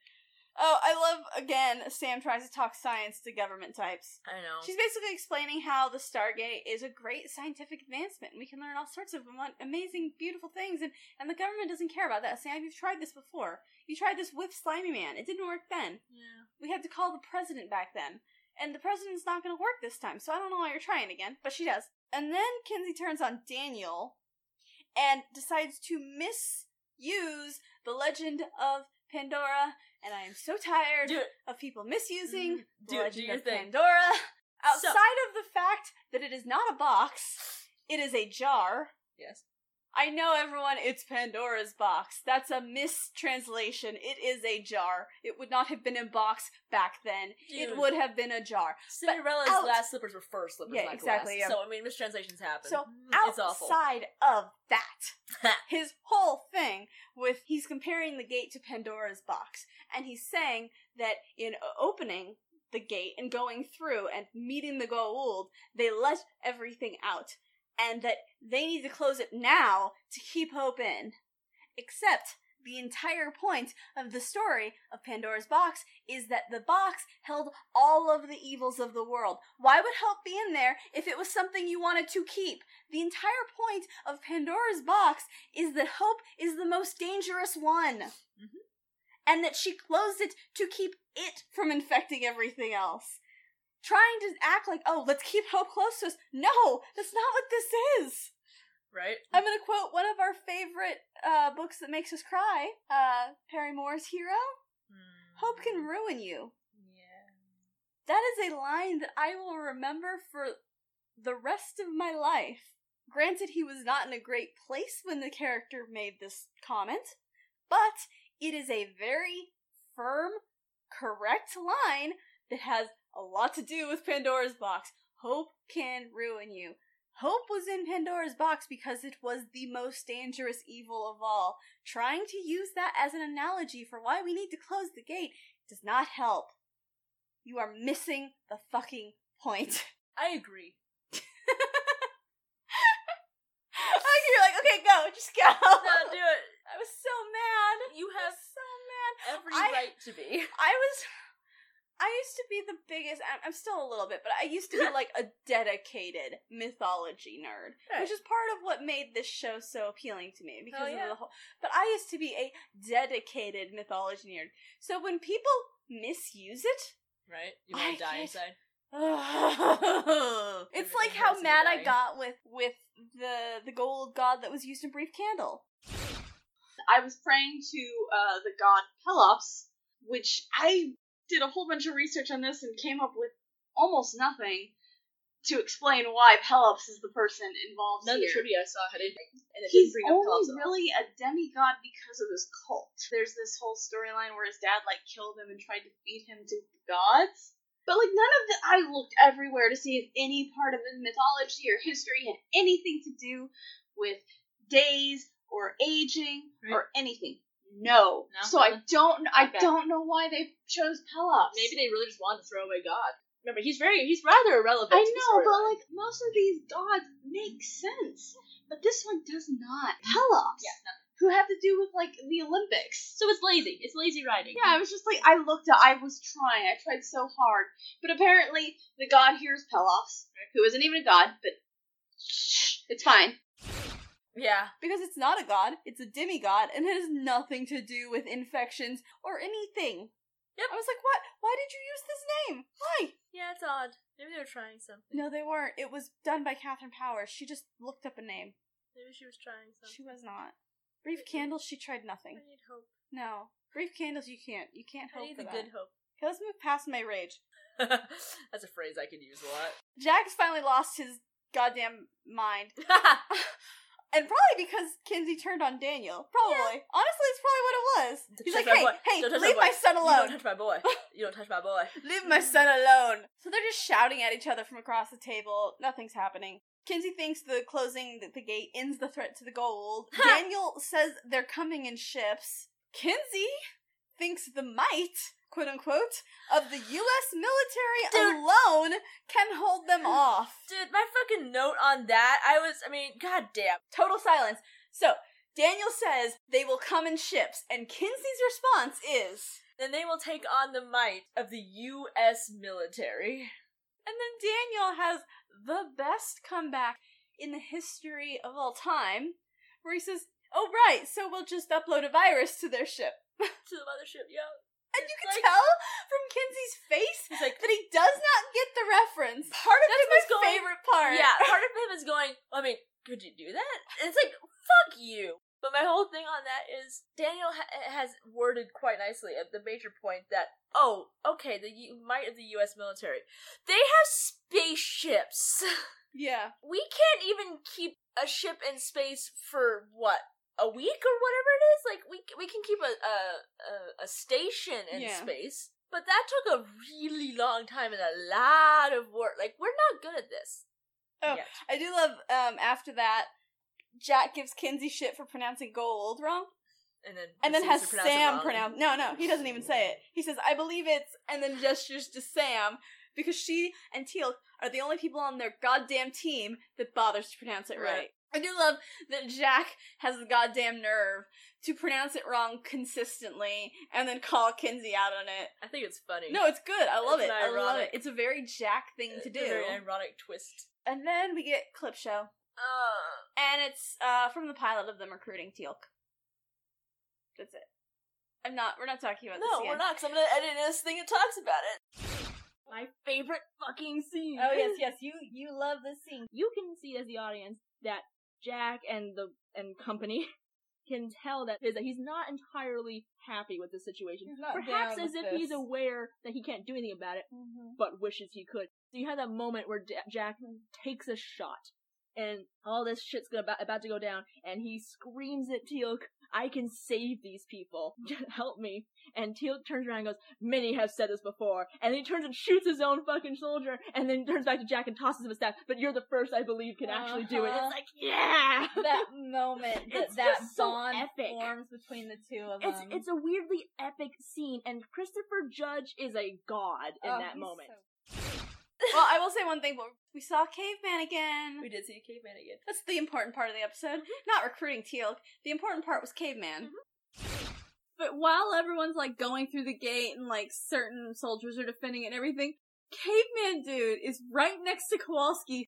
Oh, I love again. Sam tries to talk science to government types. I know. She's basically explaining how the Stargate is a great scientific advancement. and We can learn all sorts of amo- amazing, beautiful things, and, and the government doesn't care about that. Sam, you've tried this before. You tried this with Slimy Man. It didn't work then. yeah. We had to call the president back then. And the president's not going to work this time, so I don't know why you're trying again, but she does. And then Kinsey turns on Daniel and decides to misuse the legend of Pandora. And I am so tired Do it. of people misusing Mhm. the Do, it, legend do your of thing. Pandora. So- Outside of the fact that it is not a box, it is a jar. Yes. I know everyone, it's Pandora's box. That's a mistranslation. It is a jar. It would not have been a box back then. It Dude. would have been a jar. Cinderella's out- last slippers were fur slippers, Yeah, not exactly, glass. yeah. So I mean, mistranslations happen. So Mm, it's awful. outside of that, his whole thing with he's comparing the gate to Pandora's box, and he's saying that in o- opening the gate and going through and meeting the Goa'uld, they let everything out, and that they need to close it now to keep hope in. Except the entire point of the story of Pandora's box is that the box held all of the evils of the world. Why would help be in there if it was something you wanted to keep? The entire point of Pandora's box is that hope is the most dangerous one. And that she closed it to keep it from infecting everything else. Trying to act like, oh, let's keep hope close to us. No, that's not what this is. right? I'm going to quote one of our favorite uh, books that makes us cry uh, Perry Moore's Hero. Hope can ruin you. Mm, Yeah. That is a line that I will remember for the rest of my life. Granted, he was not in a great place when the character made this comment, but it is a very firm, correct line that has a lot to do with Pandora's box. Hope can ruin you. Hope was in Pandora's box because it was the most dangerous evil of all. Trying to use that as an analogy for why we need to close the gate does not help. You are missing the fucking point. I agree. You're like, okay, go, just go. No, do it. I was so mad. You I have was so mad. every I- right to be. I was. I used to be the biggest. I'm- I'm still a little bit, but I used to be like a dedicated mythology nerd, Right. which is part of what made this show so appealing to me because Hell yeah. of the whole. But I used to be a dedicated mythology nerd. So when people misuse it, Right? You want I to die get- inside? it's like how Everything mad hurts I me. got with with the the gold god that was used in Brief Candle. I was praying to uh, the god Pelops, which I did a whole bunch of research on this and came up with almost nothing to explain why Pelops is the person involved None of the here. trivia I saw had it, and it didn't He's bring up only Pelops at all. really a demigod because of his cult. There's this whole storyline where his dad like killed him and tried to feed him to the gods. But like none of the I looked everywhere to see if any part of his mythology or history had anything to do with days or aging or anything. No. No? So I don't I Okay. don't know why they chose Pelops. Maybe they really just wanted to throw away God. Remember, he's very he's rather irrelevant. I to the know, but storyline. like most of these gods make sense, but this one does not. Pelops, Yeah, who have to do with like the Olympics. so it's lazy. It's lazy Mm-hmm. writing. Yeah, I was just like, I looked up, I was trying, I tried so hard, but apparently the god here is Pelops, who isn't even a god, but shh, it's fine. Yeah. Because it's not a god, it's a demigod, and it has nothing to do with infections or anything. Yep. I was like, what? Why did you use this name? Why? Yeah, it's odd. Maybe they were trying something. No, they weren't. It was done by Catherine Powers. She just looked up a name. Maybe she was trying She was not. Brief Candles, she tried nothing. need hope. No. Brief Candles, you can't. You can't hope for that. hope. Okay, let's move past my rage. That's a phrase I can use a lot. Jack's finally lost his goddamn mind. And probably because Kinsey turned on Daniel. Probably. Honestly, it's probably what it was. Don't He's touch like, my hey, boy. hey, Don't touch my leave boy. my son You don't alone. touch my boy. You don't touch my boy. Leave my son alone. So they're just shouting at each other from across the table. Nothing's happening. Kinsey thinks the closing the, the gate ends the threat to the gold. Daniel says they're coming in ships. Kinsey thinks the might, quote unquote, of the US military Dude. alone can hold them off. Dude, my fucking note on that, I was, I mean, goddamn. Total silence. So Daniel says they will come in ships, and Kinsey's response is Then they will take on the might of the U.S. military. And then Daniel has the best comeback in the history of all time, where he says, Oh, right, so we'll just upload a virus to their ship. To the mothership, yeah. And you It's can like- tell from Kinsey's face He's like, that he does not get the reference. part of That's him my is going, favorite part. yeah, part of him is going, I mean, could you do that? And it's like, fuck you. But my whole thing on that is Daniel ha- eh, has worded quite nicely at the major point that, oh, okay, the U- might of the U.S. military. They have spaceships. Yeah. we can't even keep a ship in space for what a week or whatever it is. Like we we can keep a a a, a station in Yeah. space, but that took a really long time and a lot of work. Like we're not good at this. Oh. yet. I do love um after that Jack gives Kinsey shit for pronouncing gold wrong and then and then has proceeds to pronounce it Sam wrong. pronounce No, no, he doesn't even say it. He says I believe it's and then gestures to Sam because she and Teal are the only people on their goddamn team that bothers to pronounce it right. Right. I do love that Jack has the goddamn nerve to pronounce it wrong consistently and then call Kinsey out on it. I think it's funny. No, it's good. I love It's it. I love ironic. it. It's a very Jack thing It's to a do. very ironic twist. And then we get clip show, Uh, and it's uh, from the pilot of them recruiting Teal'c. That's it. I'm not. We're not talking about no, this. we're not. Cause I'm gonna edit this thing that talks about it. My favorite fucking scene. Oh yes, yes. yes, you you love this scene. You can see as the audience that Jack and the and company can tell that is that he's not entirely happy with the situation. He's not Perhaps down as with if he's this. aware that he can't do anything about it, but wishes he could. So you have that moment where Ja- Jack takes a shot, and all this shit's gonna about, about to go down, and he screams at Teal'c, "I can save these people! Help me!" And Teal'c turns around and goes, "Many have said this before," and then he turns and shoots his own fucking soldier, and then turns back to Jack and tosses him a staff. But you're the first I believe can actually do it. Uh-huh. It's like, yeah. That moment, that, It's that just so bond epic. forms between the two of It's them. it's a weirdly epic scene, and Christopher Judge is a god in Oh, that he's moment. well, I will say one thing. But we saw Caveman again. We did see a caveman again. That's the important part of the episode. Mm-hmm. Not recruiting Teal'c. The important part was Caveman. Mm-hmm. But while everyone's like going through the gate and like certain soldiers are defending it and everything, Caveman Dude is right next to Kowalski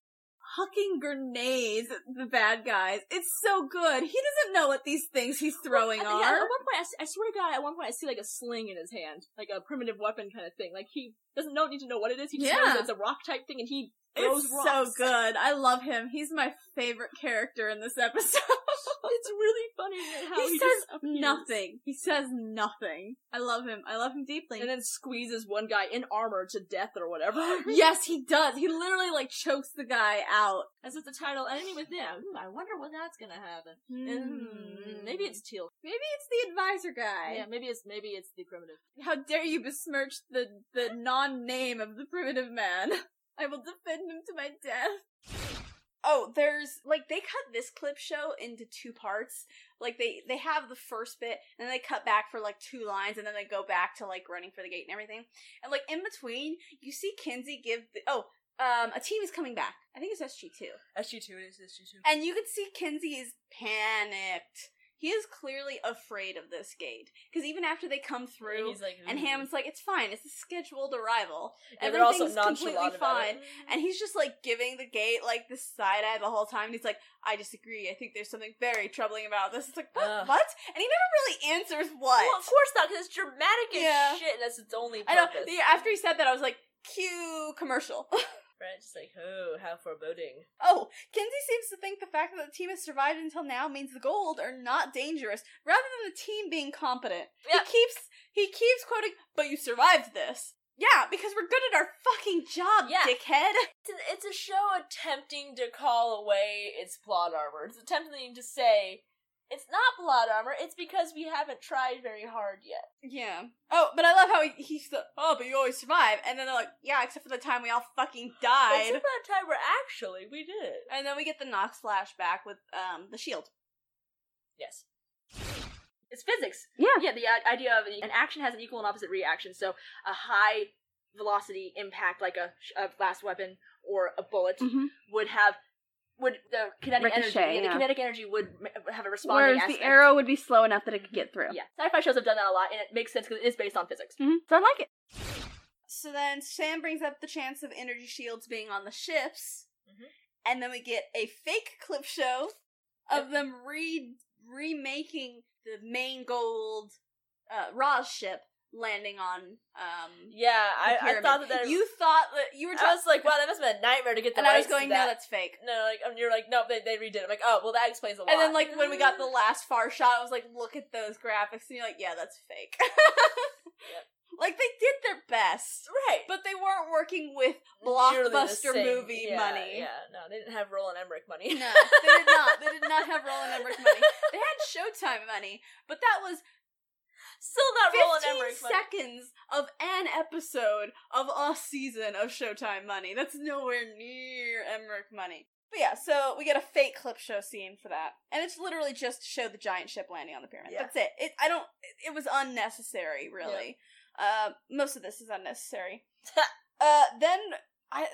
hucking grenades at the bad guys. It's so good. He doesn't know what these things he's throwing I think at- are. At one point, I, s- I swear to God, at one point I see like a sling in his hand, like a primitive weapon kind of thing. Like he doesn't know, need to know what it is. He just Yeah. knows it's a rock type thing, and he throws It's so rocks. good. I love him. He's my favorite character in this episode. It's really funny how he, he, says just appears nothing. He says nothing. I love him. I love him deeply. and then squeezes one guy in armor to death or whatever. yes, he does. He literally like chokes the guy out. That's what the title enemy within. Ooh, I wonder when that's gonna happen. Hmm. Mm, maybe it's teal. Maybe it's the advisor guy. Yeah, maybe it's maybe it's the primitive. How dare you besmirch the the non name of the primitive man? I will defend him to my death. Oh, there's like they cut this clip show into two parts. Like they they have the first bit and then they cut back for like two lines and then they go back to like running for the gate and everything. And like in between, you see Kinsey give the, oh, um a team is coming back. I think it's SG2. SG two. It is SG two. And you can see Kinsey is panicked. He is clearly afraid of this gate because even after they come through like, and "Ooh." Hammond's like, it's fine, it's a scheduled arrival. Mm. Yeah, they're also Everything's completely nonchalant about it. And he's just like giving the gate like this side eye the whole time. And he's like, I disagree. I think there's something very troubling about this. It's like, what? Ugh. What? And he never really answers what. Well, of course not, because it's dramatic as Yeah. shit, and that's its only I know. purpose. the- After he said that, I was like, cue commercial. Right? Just like, oh, how foreboding. oh, Kinsey seems to think the fact that the team has survived until now means the gold are not dangerous, rather than the team being competent. Yeah. He keeps he keeps quoting, "But you survived this." Yeah, because we're good at our fucking job, Yeah. dickhead. It's, an- it's a show attempting to call away its plot armor. It's attempting to say it's not plot armor. It's because we haven't tried very hard yet. Yeah. Oh, but I love how he, he's the, oh, but you always survive. And then they're like, yeah, except for the time we all fucking died. Except for that time where actually we did it. And then we get the Knox flashback with um the shield. Yes. it's physics. Yeah. Yeah, uh, the i- idea of an action has an equal and opposite reaction. So a high velocity impact, like a, sh- a blast weapon or a bullet, Mhm. would have would the kinetic Ricochet, energy. yeah. The kinetic energy would m- have a responding aspect. would be slow enough that it could get through. Yeah, sci-fi shows have done that a lot, and it makes sense because it is based on physics. Mm-hmm. So I like it. So then Sam brings up the chance of energy shields being on the ships. Mhm. And then we get a fake clip show of them re remaking the main gold uh Ra's ship landing on um Yeah, I, the I thought that, that you thought that you were I talking, was like, wow, that must have been a nightmare to get the and I was rights to going, no, that. that's fake. No, like, and you're like, no, they, they redid it. I'm like, oh, well, that explains a lot. And then, like, when we got the last far shot, I was like, look at those graphics, and you're like, yeah, that's fake. Like they did their best, Right. but they weren't working with Nearly the blockbuster same. movie Yeah, money. Yeah, no, they didn't have Roland Emmerich money. No, they did not. They did not have Roland Emmerich money. They had Showtime money, but that was Still not Roland 15 Emmerich money. seconds of an episode of a season of Showtime money. That's nowhere near Emmerich money. But yeah, so we get a fake clip show scene for that, and it's literally just to show the giant ship landing on the pyramid. Yeah. That's it. It I don't. It, it was unnecessary, really. Uh, most of this is unnecessary. uh, then I.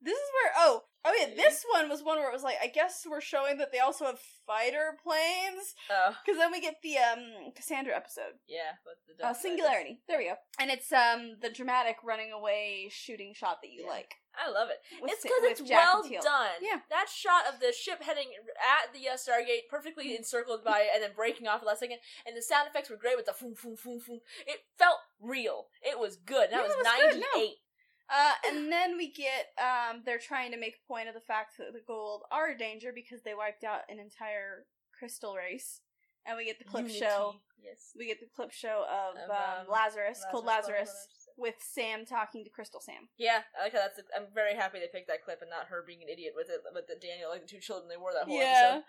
This is where oh oh yeah this one was one where it was like I guess we're showing that they also have fighter planes Oh, because then we get the um Cassandra episode yeah, but the uh, Dark Side is- singularity. There we go. And it's um the dramatic running away shooting shot that you Yeah. like. I love it. with it's Sa- because with it's Jack and well Teal. done. Yeah. That shot of the ship heading at the uh, Stargate, Mm. perfectly encircled by it, and then breaking off at the last second, and the sound effects were great with the foom, foom, foom, foom. It felt real. It was good. That Yeah, was, it was good, no. 98. Uh, and then we get um they're trying to make a point of the fact that the gold are a danger because they wiped out an entire crystal race. And we get the clip Unity. show. Yes. We get the clip show of, Of, um, um, Lazarus, cold Lazarus, Lazarus, Lazarus. with Sam talking to Crystal Sam. Yeah, I like how that's. I'm very happy they picked that clip and not her being an idiot with it, with the Daniel like the two children they wore that whole episode.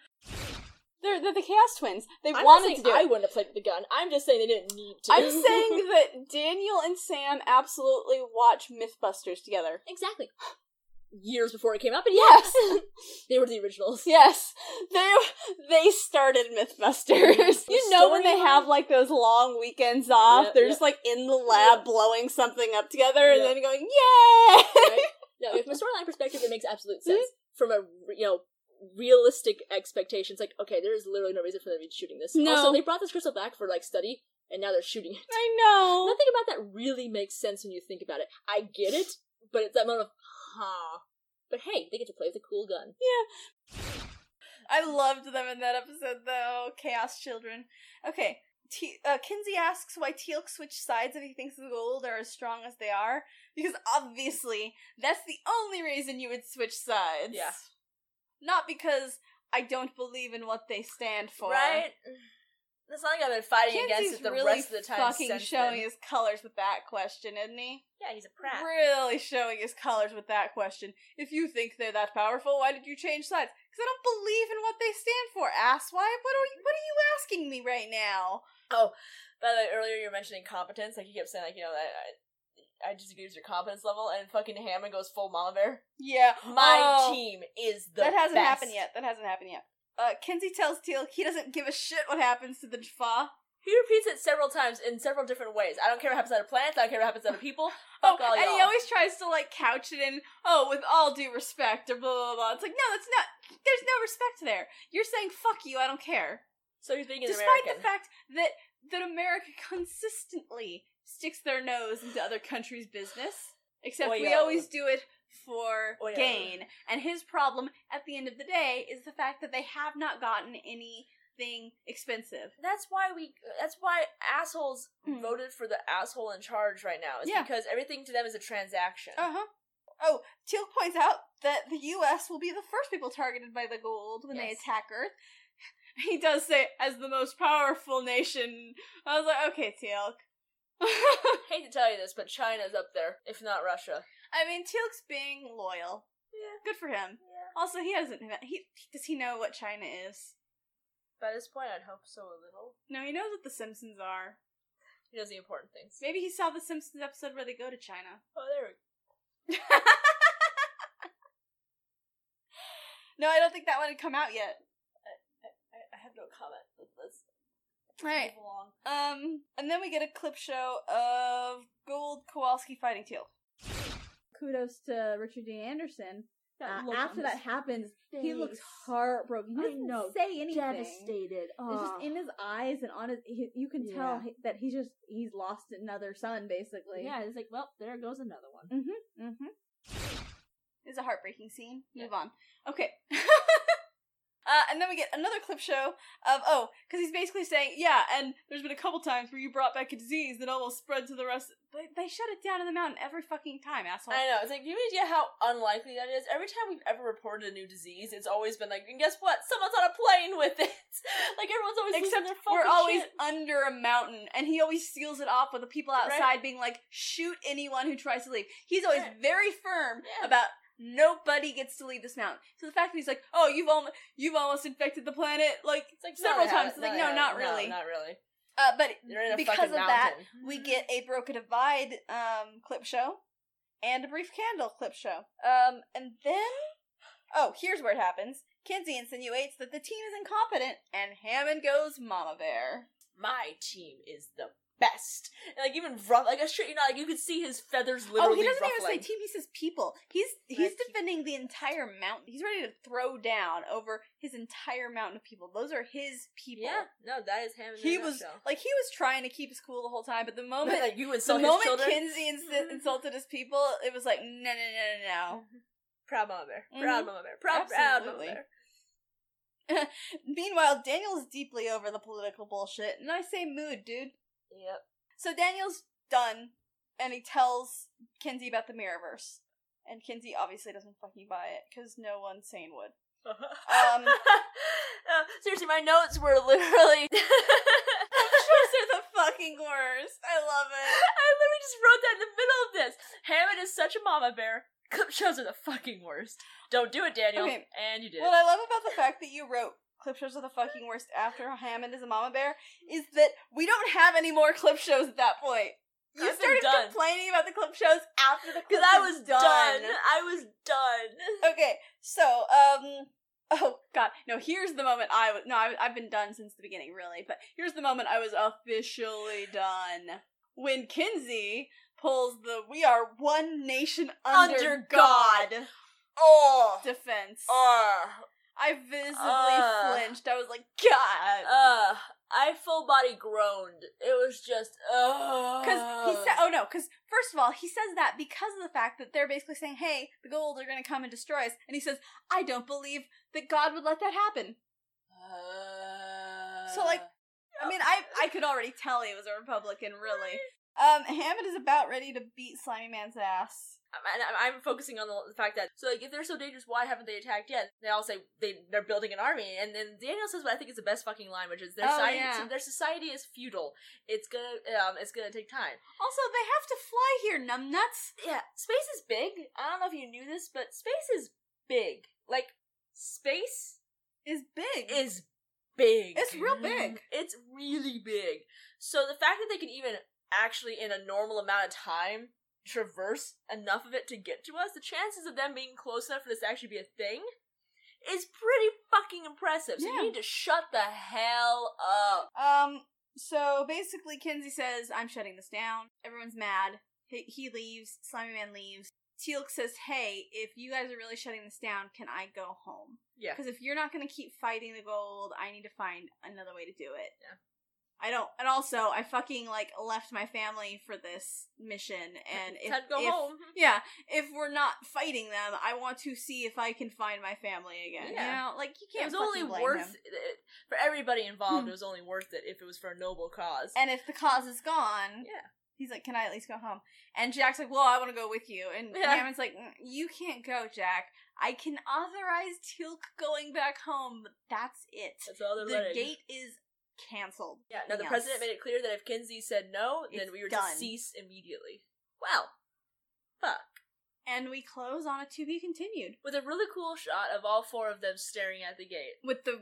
They're, they're the Chaos Twins. They I'm not wanted saying to do I it. wouldn't have played with the gun. I'm just saying they didn't need to. I'm saying that Daniel and Sam absolutely watch Mythbusters together. exactly years before it came out, but yes, Yes. they were the originals. Yes, they they started MythBusters. you know when they have like those long weekends off, Yeah, they're yeah. just like in the lab blowing something up together, and Yeah. then going, "Yay!" Right? No, from a storyline perspective, it makes absolute sense. Mm-hmm. From a re- you know realistic expectations, like okay, there is literally no reason for them to be shooting this. No. Also, they brought this crystal back for like study, and now they're shooting it. I know. Nothing about that really makes sense when you think about it. I get it, but it's that moment of huh. But hey, they get to play with a cool gun. I loved them in that episode though. Chaos Children. Okay. T- uh, Kinsey asks why Teal'c switched sides if he thinks the gold are as strong as they are, because obviously that's the only reason you would switch sides. Yeah. Not because I don't believe in what they stand for. Right? That's not like I've been fighting against Kinsey's it the really rest of the time. fucking since showing then. his colors with that question, isn't he? Yeah, he's a prat. Really showing his colors with that question. If you think they're that powerful, why did you change sides? Because I don't believe in what they stand for, asswipe. What are you, what are you asking me right now? By the way, earlier you were mentioning competence. Like, he kept saying, like, you know, that I, I disagree with your competence level, and fucking Hammond goes full mama bear. Yeah, My oh, team is the That hasn't best. happened yet. That hasn't happened yet. Uh, Kinsey tells Teal he doesn't give a shit what happens to the Jaffa. He repeats it several times in several different ways. I don't care what happens to other planets. I don't care what happens to other people. Fuck all Oh, and y'all. he always tries to like couch it in, oh, with all due respect, or blah blah blah. It's like, no, that's not. There's no respect there. You're saying fuck you. I don't care. so you're thinking Despite American. the fact that that America consistently sticks their nose into other countries' business, except we Oil. always do it for Oil. gain. And his problem at the end of the day is the fact that they have not gotten anything expensive. that's why we. That's why assholes Mm. voted for the asshole in charge right now. Is Yeah. because everything to them is a transaction. Uh huh. Oh, Teal points out that the U.S. will be the first people targeted by the gold when they Yes. attack Earth. He does say, as the most powerful nation. I was like, okay, Teal. hate to tell you this, but China's up there, if not Russia. I mean, Teal'c's being loyal. Yeah. Good for him. Yeah. Also, he doesn't. He does he know what China is? By this point, I'd hope so a little. No, he knows what the Simpsons are. He knows the important things. Maybe he saw the Simpsons episode where they go to China. Oh, there we go. no, I don't think that one had come out yet. I, I have no comment. Let's, let's All right. move along. Um, and then we get a clip show of Gold Kowalski fighting Teal. Kudos to Richard Dean Anderson. That Uh, look after on that his happens, he looks face. heartbroken. He I doesn't know, say anything. devastated. It's Aw. just in his eyes and on his. He, you can tell Yeah. he- that he's just he's lost another son, basically. yeah, it's like well, there goes another one. Mm-hmm. Mm-hmm. It's a heartbreaking scene. Move on. Okay. Uh, and then we get another clip show of oh, because he's basically saying yeah, and there's been a couple times where you brought back a disease that almost spread to the rest. But they shut it down in the mountain every fucking time, asshole. I know. It's like, do you have any idea how unlikely that is? Every time we've ever reported a new disease, it's always been like, and guess what? Someone's on a plane with it. like, everyone's always losing Except their fucking we're always shit. under a mountain, and he always seals it off with the people outside Right. being like, shoot anyone who tries to leave. He's always Right. very firm Yeah. about nobody gets to leave this mountain. So the fact that he's like, oh, you've almost you've almost infected the planet like It's like, no, several they times. It's haven't. like, they haven't. no, not really. No, not really. Uh, but You're in a because fucking of mountain. Mm. that, we Mm-hmm. get a Broke a Divide um, clip show and a Brief Candle clip show. Um, and then, oh, here's where it happens. Kinsey insinuates that the team is incompetent, and Hammond goes Mama Bear. my team is the best. And like even rough, like I straight, you know, like you could see his feathers literally. oh, he doesn't ruffling. even say team; he says people. He's he's Right. defending the entire mountain. He's ready to throw down over his entire mountain of people. Those are his people. Yeah, no, that is him. in he a was nutshell. like he was trying to keep his cool the whole time, but the moment like you the insult his moment children. Mhm. Kinsey ins- insulted his people, it was like no, no, no, no, no. proud mama bear, Mhm. proud mama bear, proud, proud mama Absolutely. bear. Mm-hmm. Meanwhile, Daniel is deeply over the political bullshit, and I say mood, dude. Yep. So Daniel's done, and he tells Kinsey about the Mirrorverse, and Kinsey obviously doesn't fucking buy it because no one sane would. Um, Uh, seriously, my notes were literally. Jokes are the fucking worst. I love it. I literally just wrote that in the middle of this. Hammond is such a mama bear. Clip shows are the fucking worst. Don't do it, Daniel. Okay. And you did. What I love about the fact that you wrote clip shows are the fucking worst after Hammond is a mama bear is that we don't have any more clip shows at that point. You I've been started done. complaining about the clip shows after the clip Because I was was done. I was done. Okay, so um, oh god, no. Here's the moment I was no, I, I've been done since the beginning, really. But here's the moment I was officially done when Kinsey pulls the "We are one nation under, Under God. God." Oh. defense. Oh. I visibly Uh. flinched. I was like, God, Uh, I full body groaned. It was just uh because he said, "Oh no," because first of all, he says that because of the fact that they're basically saying, "Hey, the gold are going to come and destroy us," and he says, "I don't believe that God would let that happen." So, like, I mean, I I could already tell he was a Republican, really. Um, Hammond is about ready to beat Slimy Man's ass. Um, and I'm- I'm focusing on the the fact that so like if they're so dangerous, why haven't they attacked yet? They all say they they're building an army, and then Daniel says what I think is the best fucking line, which is their Oh, society yeah. their society is feudal. It's gonna um it's gonna take time. Also, they have to fly here, numbnuts. Yeah, space is big. I don't know if you knew this, but space is big. Like space Is big. is big. It's real big. It's really big. So the fact that they can even actually, in a normal amount of time, traverse enough of it to get to us, the chances of them being close enough for this to actually be a thing is pretty fucking impressive. So Yeah. you need to shut the hell up. Um. So basically, Kinsey says, "I'm shutting this down." Everyone's mad. He, he leaves. Slimy Man leaves. Teal'c says, "Hey, if you guys are really shutting this down, can I go home? Yeah. Because if you're not going to keep fighting the gold, I need to find another way to do it." Yeah. I don't. And also, I fucking like left my family for this mission, and if, Ted, go if- home. Yeah, if we're not fighting them, I want to see if I can find my family again. Yeah. You know, like you It can't. was only fucking blame worth him. Hmm. it, for everybody involved. It was only worth it if it was for a noble cause. And if the cause is gone, Yeah. he's like, "Can I at least go home?" And Jack's like, "Well, I want to go with you." And Yeah. Hammond's like, "Mm, "You can't go, Jack. I can authorize Teal'c going back home, but that's it. That's all they're The letting. gate is canceled." Yeah, no, the Yes. president made it clear that if Kinsey said no, It's then we were done. to cease immediately. Wow. Fuck. And we close on a to be continued With a really cool shot of all four of them staring at the gate. with the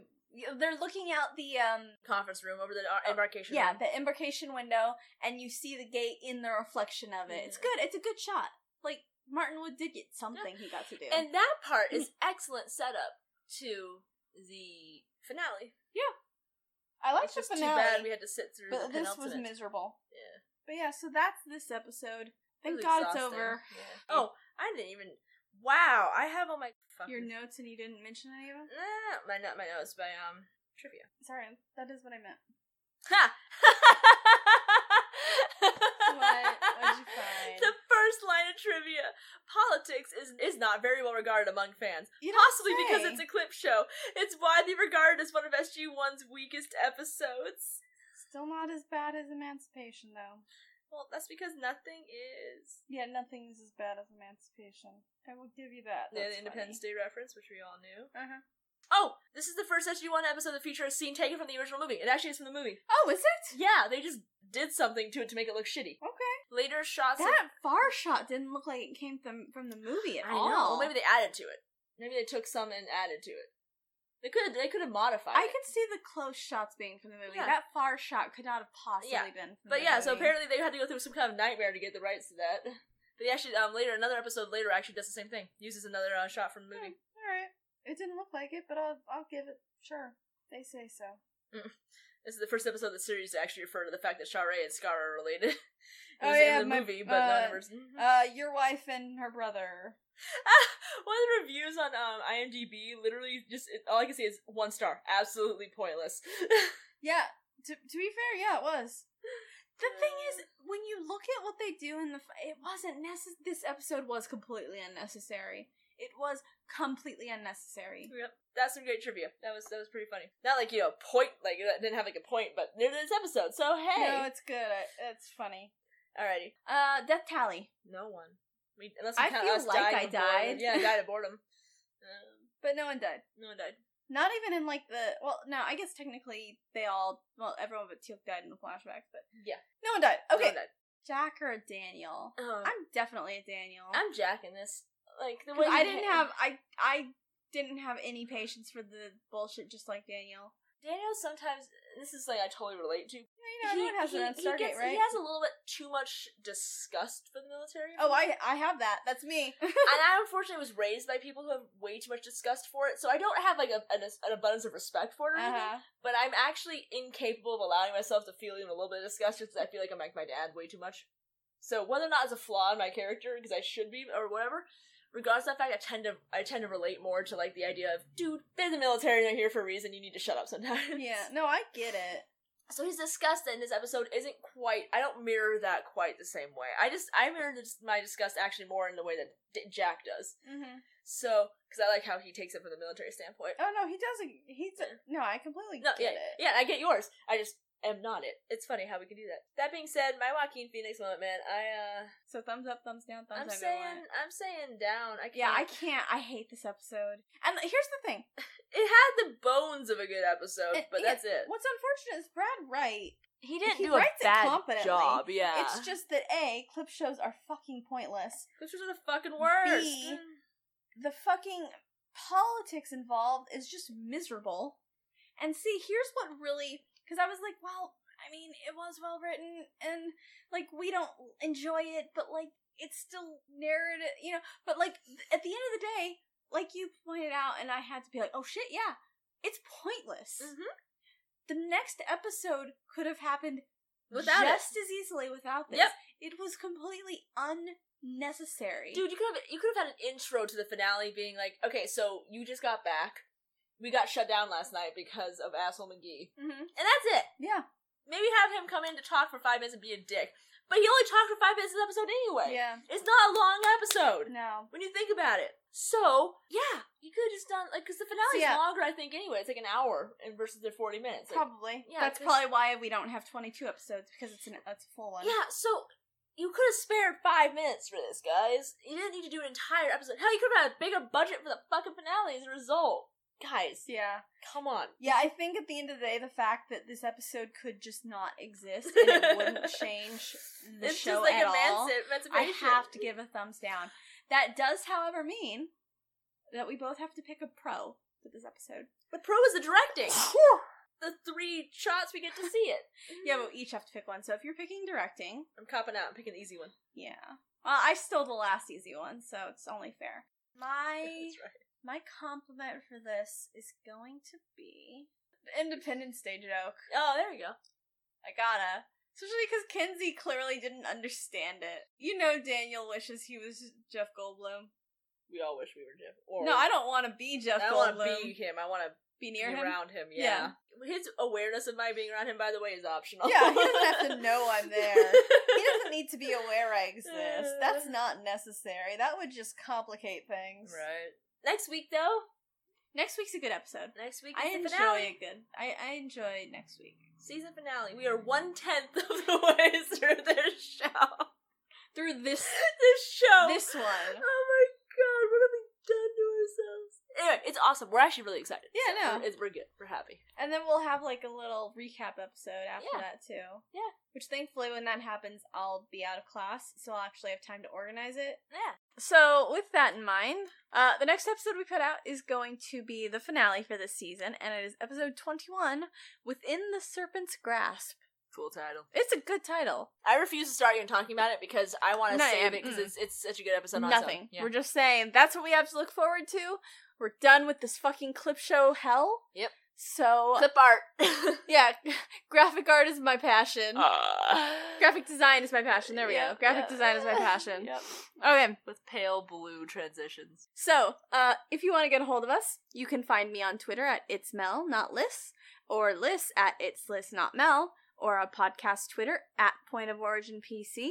they're looking out the um Conference room over the uh, embarkation yeah room. the embarkation window and you see the gate in the reflection of it. It's Mhm. good. It's a good shot. Like Martin Wood did get something he got to do. And that part is excellent setup to the finale. I like It's just too bad we had to sit through But the this was penultimate. miserable. Yeah. But yeah, so that's this episode. It Thank was God it's exhausting. over. Yeah. Oh, I didn't even. Wow, I have all my fucking. Your notes and you didn't mention any of them? Nah, my not my notes, my um trivia. Sorry, that is what I meant. Ha! What? What'd you find? The first line of trivia. Paula politics is is not very well regarded among fans. You don't Possibly because say. it's a clip show. It's widely regarded as one of SG1's weakest episodes. Still not as bad as Emancipation, though. Well, that's because nothing is. Yeah, nothing's as bad as Emancipation. I will give you that. The That's Independence Day reference, which we all knew. funny. Uh-huh. Oh, this is the first SG1 episode that features a scene taken from the original movie. It actually is from the movie. Oh, is it? Yeah, they just did something to it to make it look shitty. Okay. Later shots. of- That far shot didn't look like it came from from the movie at I all. know. Well, maybe they added to it. Maybe they took some and added to it. They could. They could have modified. I it. could see the close shots being from the movie. Yeah. That far shot could not have possibly Yeah. been. From But the yeah, so movie. apparently they had to go through some kind of nightmare to get the rights to that. But they actually, um, later another episode later actually does the same thing. Uses another uh, shot from the movie. all right, it didn't look like it, but I'll I'll give it. Sure, they say so. This is the first episode of the series to actually refer to the fact that Shara and Scar are related. it Oh, was in yeah, the my- movie, but uh, no one ever. Uh, your wife and her brother. One of the reviews on um, IMDb literally just it, all I can see is one star. Absolutely pointless. Yeah, to to be fair, yeah, it was. The thing is, when you look at what they do in the, f- it wasn't necessary. This episode was completely unnecessary. It was completely unnecessary. Yep. That's some great trivia. That was that was pretty funny. Not like you know point like it didn't have like a point, but near this episode. So hey, No, it's good. I- It's funny. alrighty. Uh, Death Tally. No one. We, unless we I count feel us like dying of I boredom. died. Yeah, died of boredom. Um, But no one died. no one died. Not even in like the well, no, I guess technically they all well, everyone but Teal'c died in the flashback, but Yeah. no one died. no Okay, one died. Jack or a Daniel. Um, I'm definitely a Daniel. I'm, jacking this. Like the 'Cause way I he didn't ha- have I I didn't have any patience for the bullshit, just like Daniel. Daniel. Sometimes this is like I totally relate to. You know, everyone has it on Stargate, gets- right? He has a little bit too much disgust for the military. oh, I I have that. That's me. and I unfortunately was raised by people who have way too much disgust for it, so I don't have like a, an, an abundance of respect for it or anything. uh-huh. But I'm actually incapable of allowing myself to feel even a little bit of disgust just 'cause I feel like I'm like my dad way too much. So whether or not it's a flaw in my character because I should be or whatever, regardless of that fact, I tend to I tend to relate more to like the idea of dude, they're the military, they're here for a reason. You need to shut up sometimes. Yeah, no, I get it. So his disgust in this episode isn't quite. I don't mirror that quite the same way. I just I mirror this, my disgust actually more in the way that D- Jack does. Mm-hmm. So, because I like how he takes it from the military standpoint. Oh no, he doesn't. He does. No, I completely No, yeah, get it. yeah, I get yours. I just am not it. It's funny how we can do that. That being said, my Joaquin Phoenix moment, man. I uh, So thumbs up, thumbs down, thumbs I'm up. saying, I'm saying down. I can't. Yeah, I can't. I hate this episode. And here's the thing. It had the bones of a good episode, It- but yeah, that's it. What's unfortunate is Brad Wright. He didn't he do a writes it bad competently. job, Yeah, It's just that a clip shows are fucking pointless. which was the fucking worst. B, The fucking politics involved is just miserable. And see, here's what really because I was like, well, I mean, it was well written, and like we don't enjoy it, but like it's still narrative, you know. But like at the end of the day, like you pointed out, and I had to be like, oh shit, yeah, it's pointless. Mhm. The next episode could have happened Without it. just as easily without this. Yep. It was completely unnecessary. Dude, you could have you could have had an intro to the finale being like, okay, so you just got back. We got shut down last night because of asshole McGee, hmm and that's it. Yeah. Maybe have him come in to talk for five minutes and be a dick. But he only talked for five minutes this episode anyway. Yeah. It's not a long episode No. when you think about it. So yeah, you could have just done like because the finale's So, yeah. longer, I think. Anyway, it's like an hour and versus their forty minutes. Like, Probably. Yeah, That's 'cause- probably why we don't have 22 episodes because it's an that's a full one. yeah, so you could have spared five minutes for this, guys. You didn't need to do an entire episode. Hell, you could have had a bigger budget for the fucking finale as a result, guys. Yeah. Come on. Yeah, I think at the end of the day, the fact that this episode could just not exist and it wouldn't change the it's just show like at emanci- all, I emancipation. have to give a thumbs down. That does, however, mean that we both have to pick a pro for this episode. The pro is the directing. the three shots we get to see it. Yeah, but we each have to pick one. So if you're picking directing, I'm copping out. I'm picking the easy one. Yeah. Well, I stole the last easy one, so it's only fair. My That's right. my compliment for this is going to be Independence Day joke. Oh, there we go. I gotta. Especially because Kenzie clearly didn't understand it. You know, Daniel wishes he was Jeff Goldblum. We all wish we were Jeff. Or No, I don't want to be Jeff I don't want Goldblum. to be him. I want to be near him. around him. Yeah. Yeah. His awareness of my being around him, by the way, is optional. Yeah, he doesn't have to know I'm there. He doesn't need to be aware I exist. That's not necessary. That would just complicate things. Right. Next week, though. Next week's a good episode. Next week is I the enjoy finale. it good. I, I enjoy next week. Season finale. We are one tenth of the way through this show. Through this This show. this one. Oh my god! What have we done to ourselves? Anyway, it's awesome. We're actually really excited. Yeah, no. We're, it's, we're good. We're happy. And then we'll have like a little recap episode after Yeah. that too. Yeah. Which thankfully when that happens I'll be out of class, so I'll actually have time to organize it. Yeah. So with that in mind, uh the next episode we put out is going to be the finale for this season, and it is episode twenty one, Within the Serpent's Grasp. Cool title. It's a good title. I refuse to start even talking about it because I want to No, save yeah, it because mm. it's, it's such a good episode. on its own. Nothing. Yeah. We're just saying that's what we have to look forward to. We're done with this fucking clip show hell. Yep. So Clip art. yeah, graphic art is my passion. Oh, Uh, graphic design is my passion. There we Yeah, go. Graphic yeah. design is my passion. Yep. Okay. With pale blue transitions. So, uh, if you want to get a hold of us, you can find me on Twitter at it's Mel, not Liss, or Liss at it's Liss, not Mel, or on podcast Twitter at Point of Origin PC.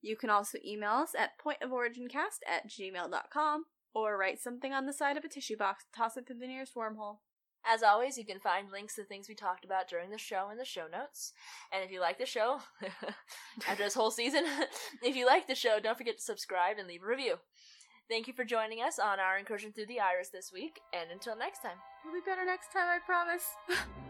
You can also email us at pointoforigincast at gmail.com or write something on the side of a tissue box, and toss it through the nearest wormhole. As always, you can find links to things we talked about during the show in the show notes. And if you like the show, after this whole season, if you like the show, don't forget to subscribe and leave a review. Thank you for joining us on our incursion through the iris this week, and until next time. We'll be better next time, I promise.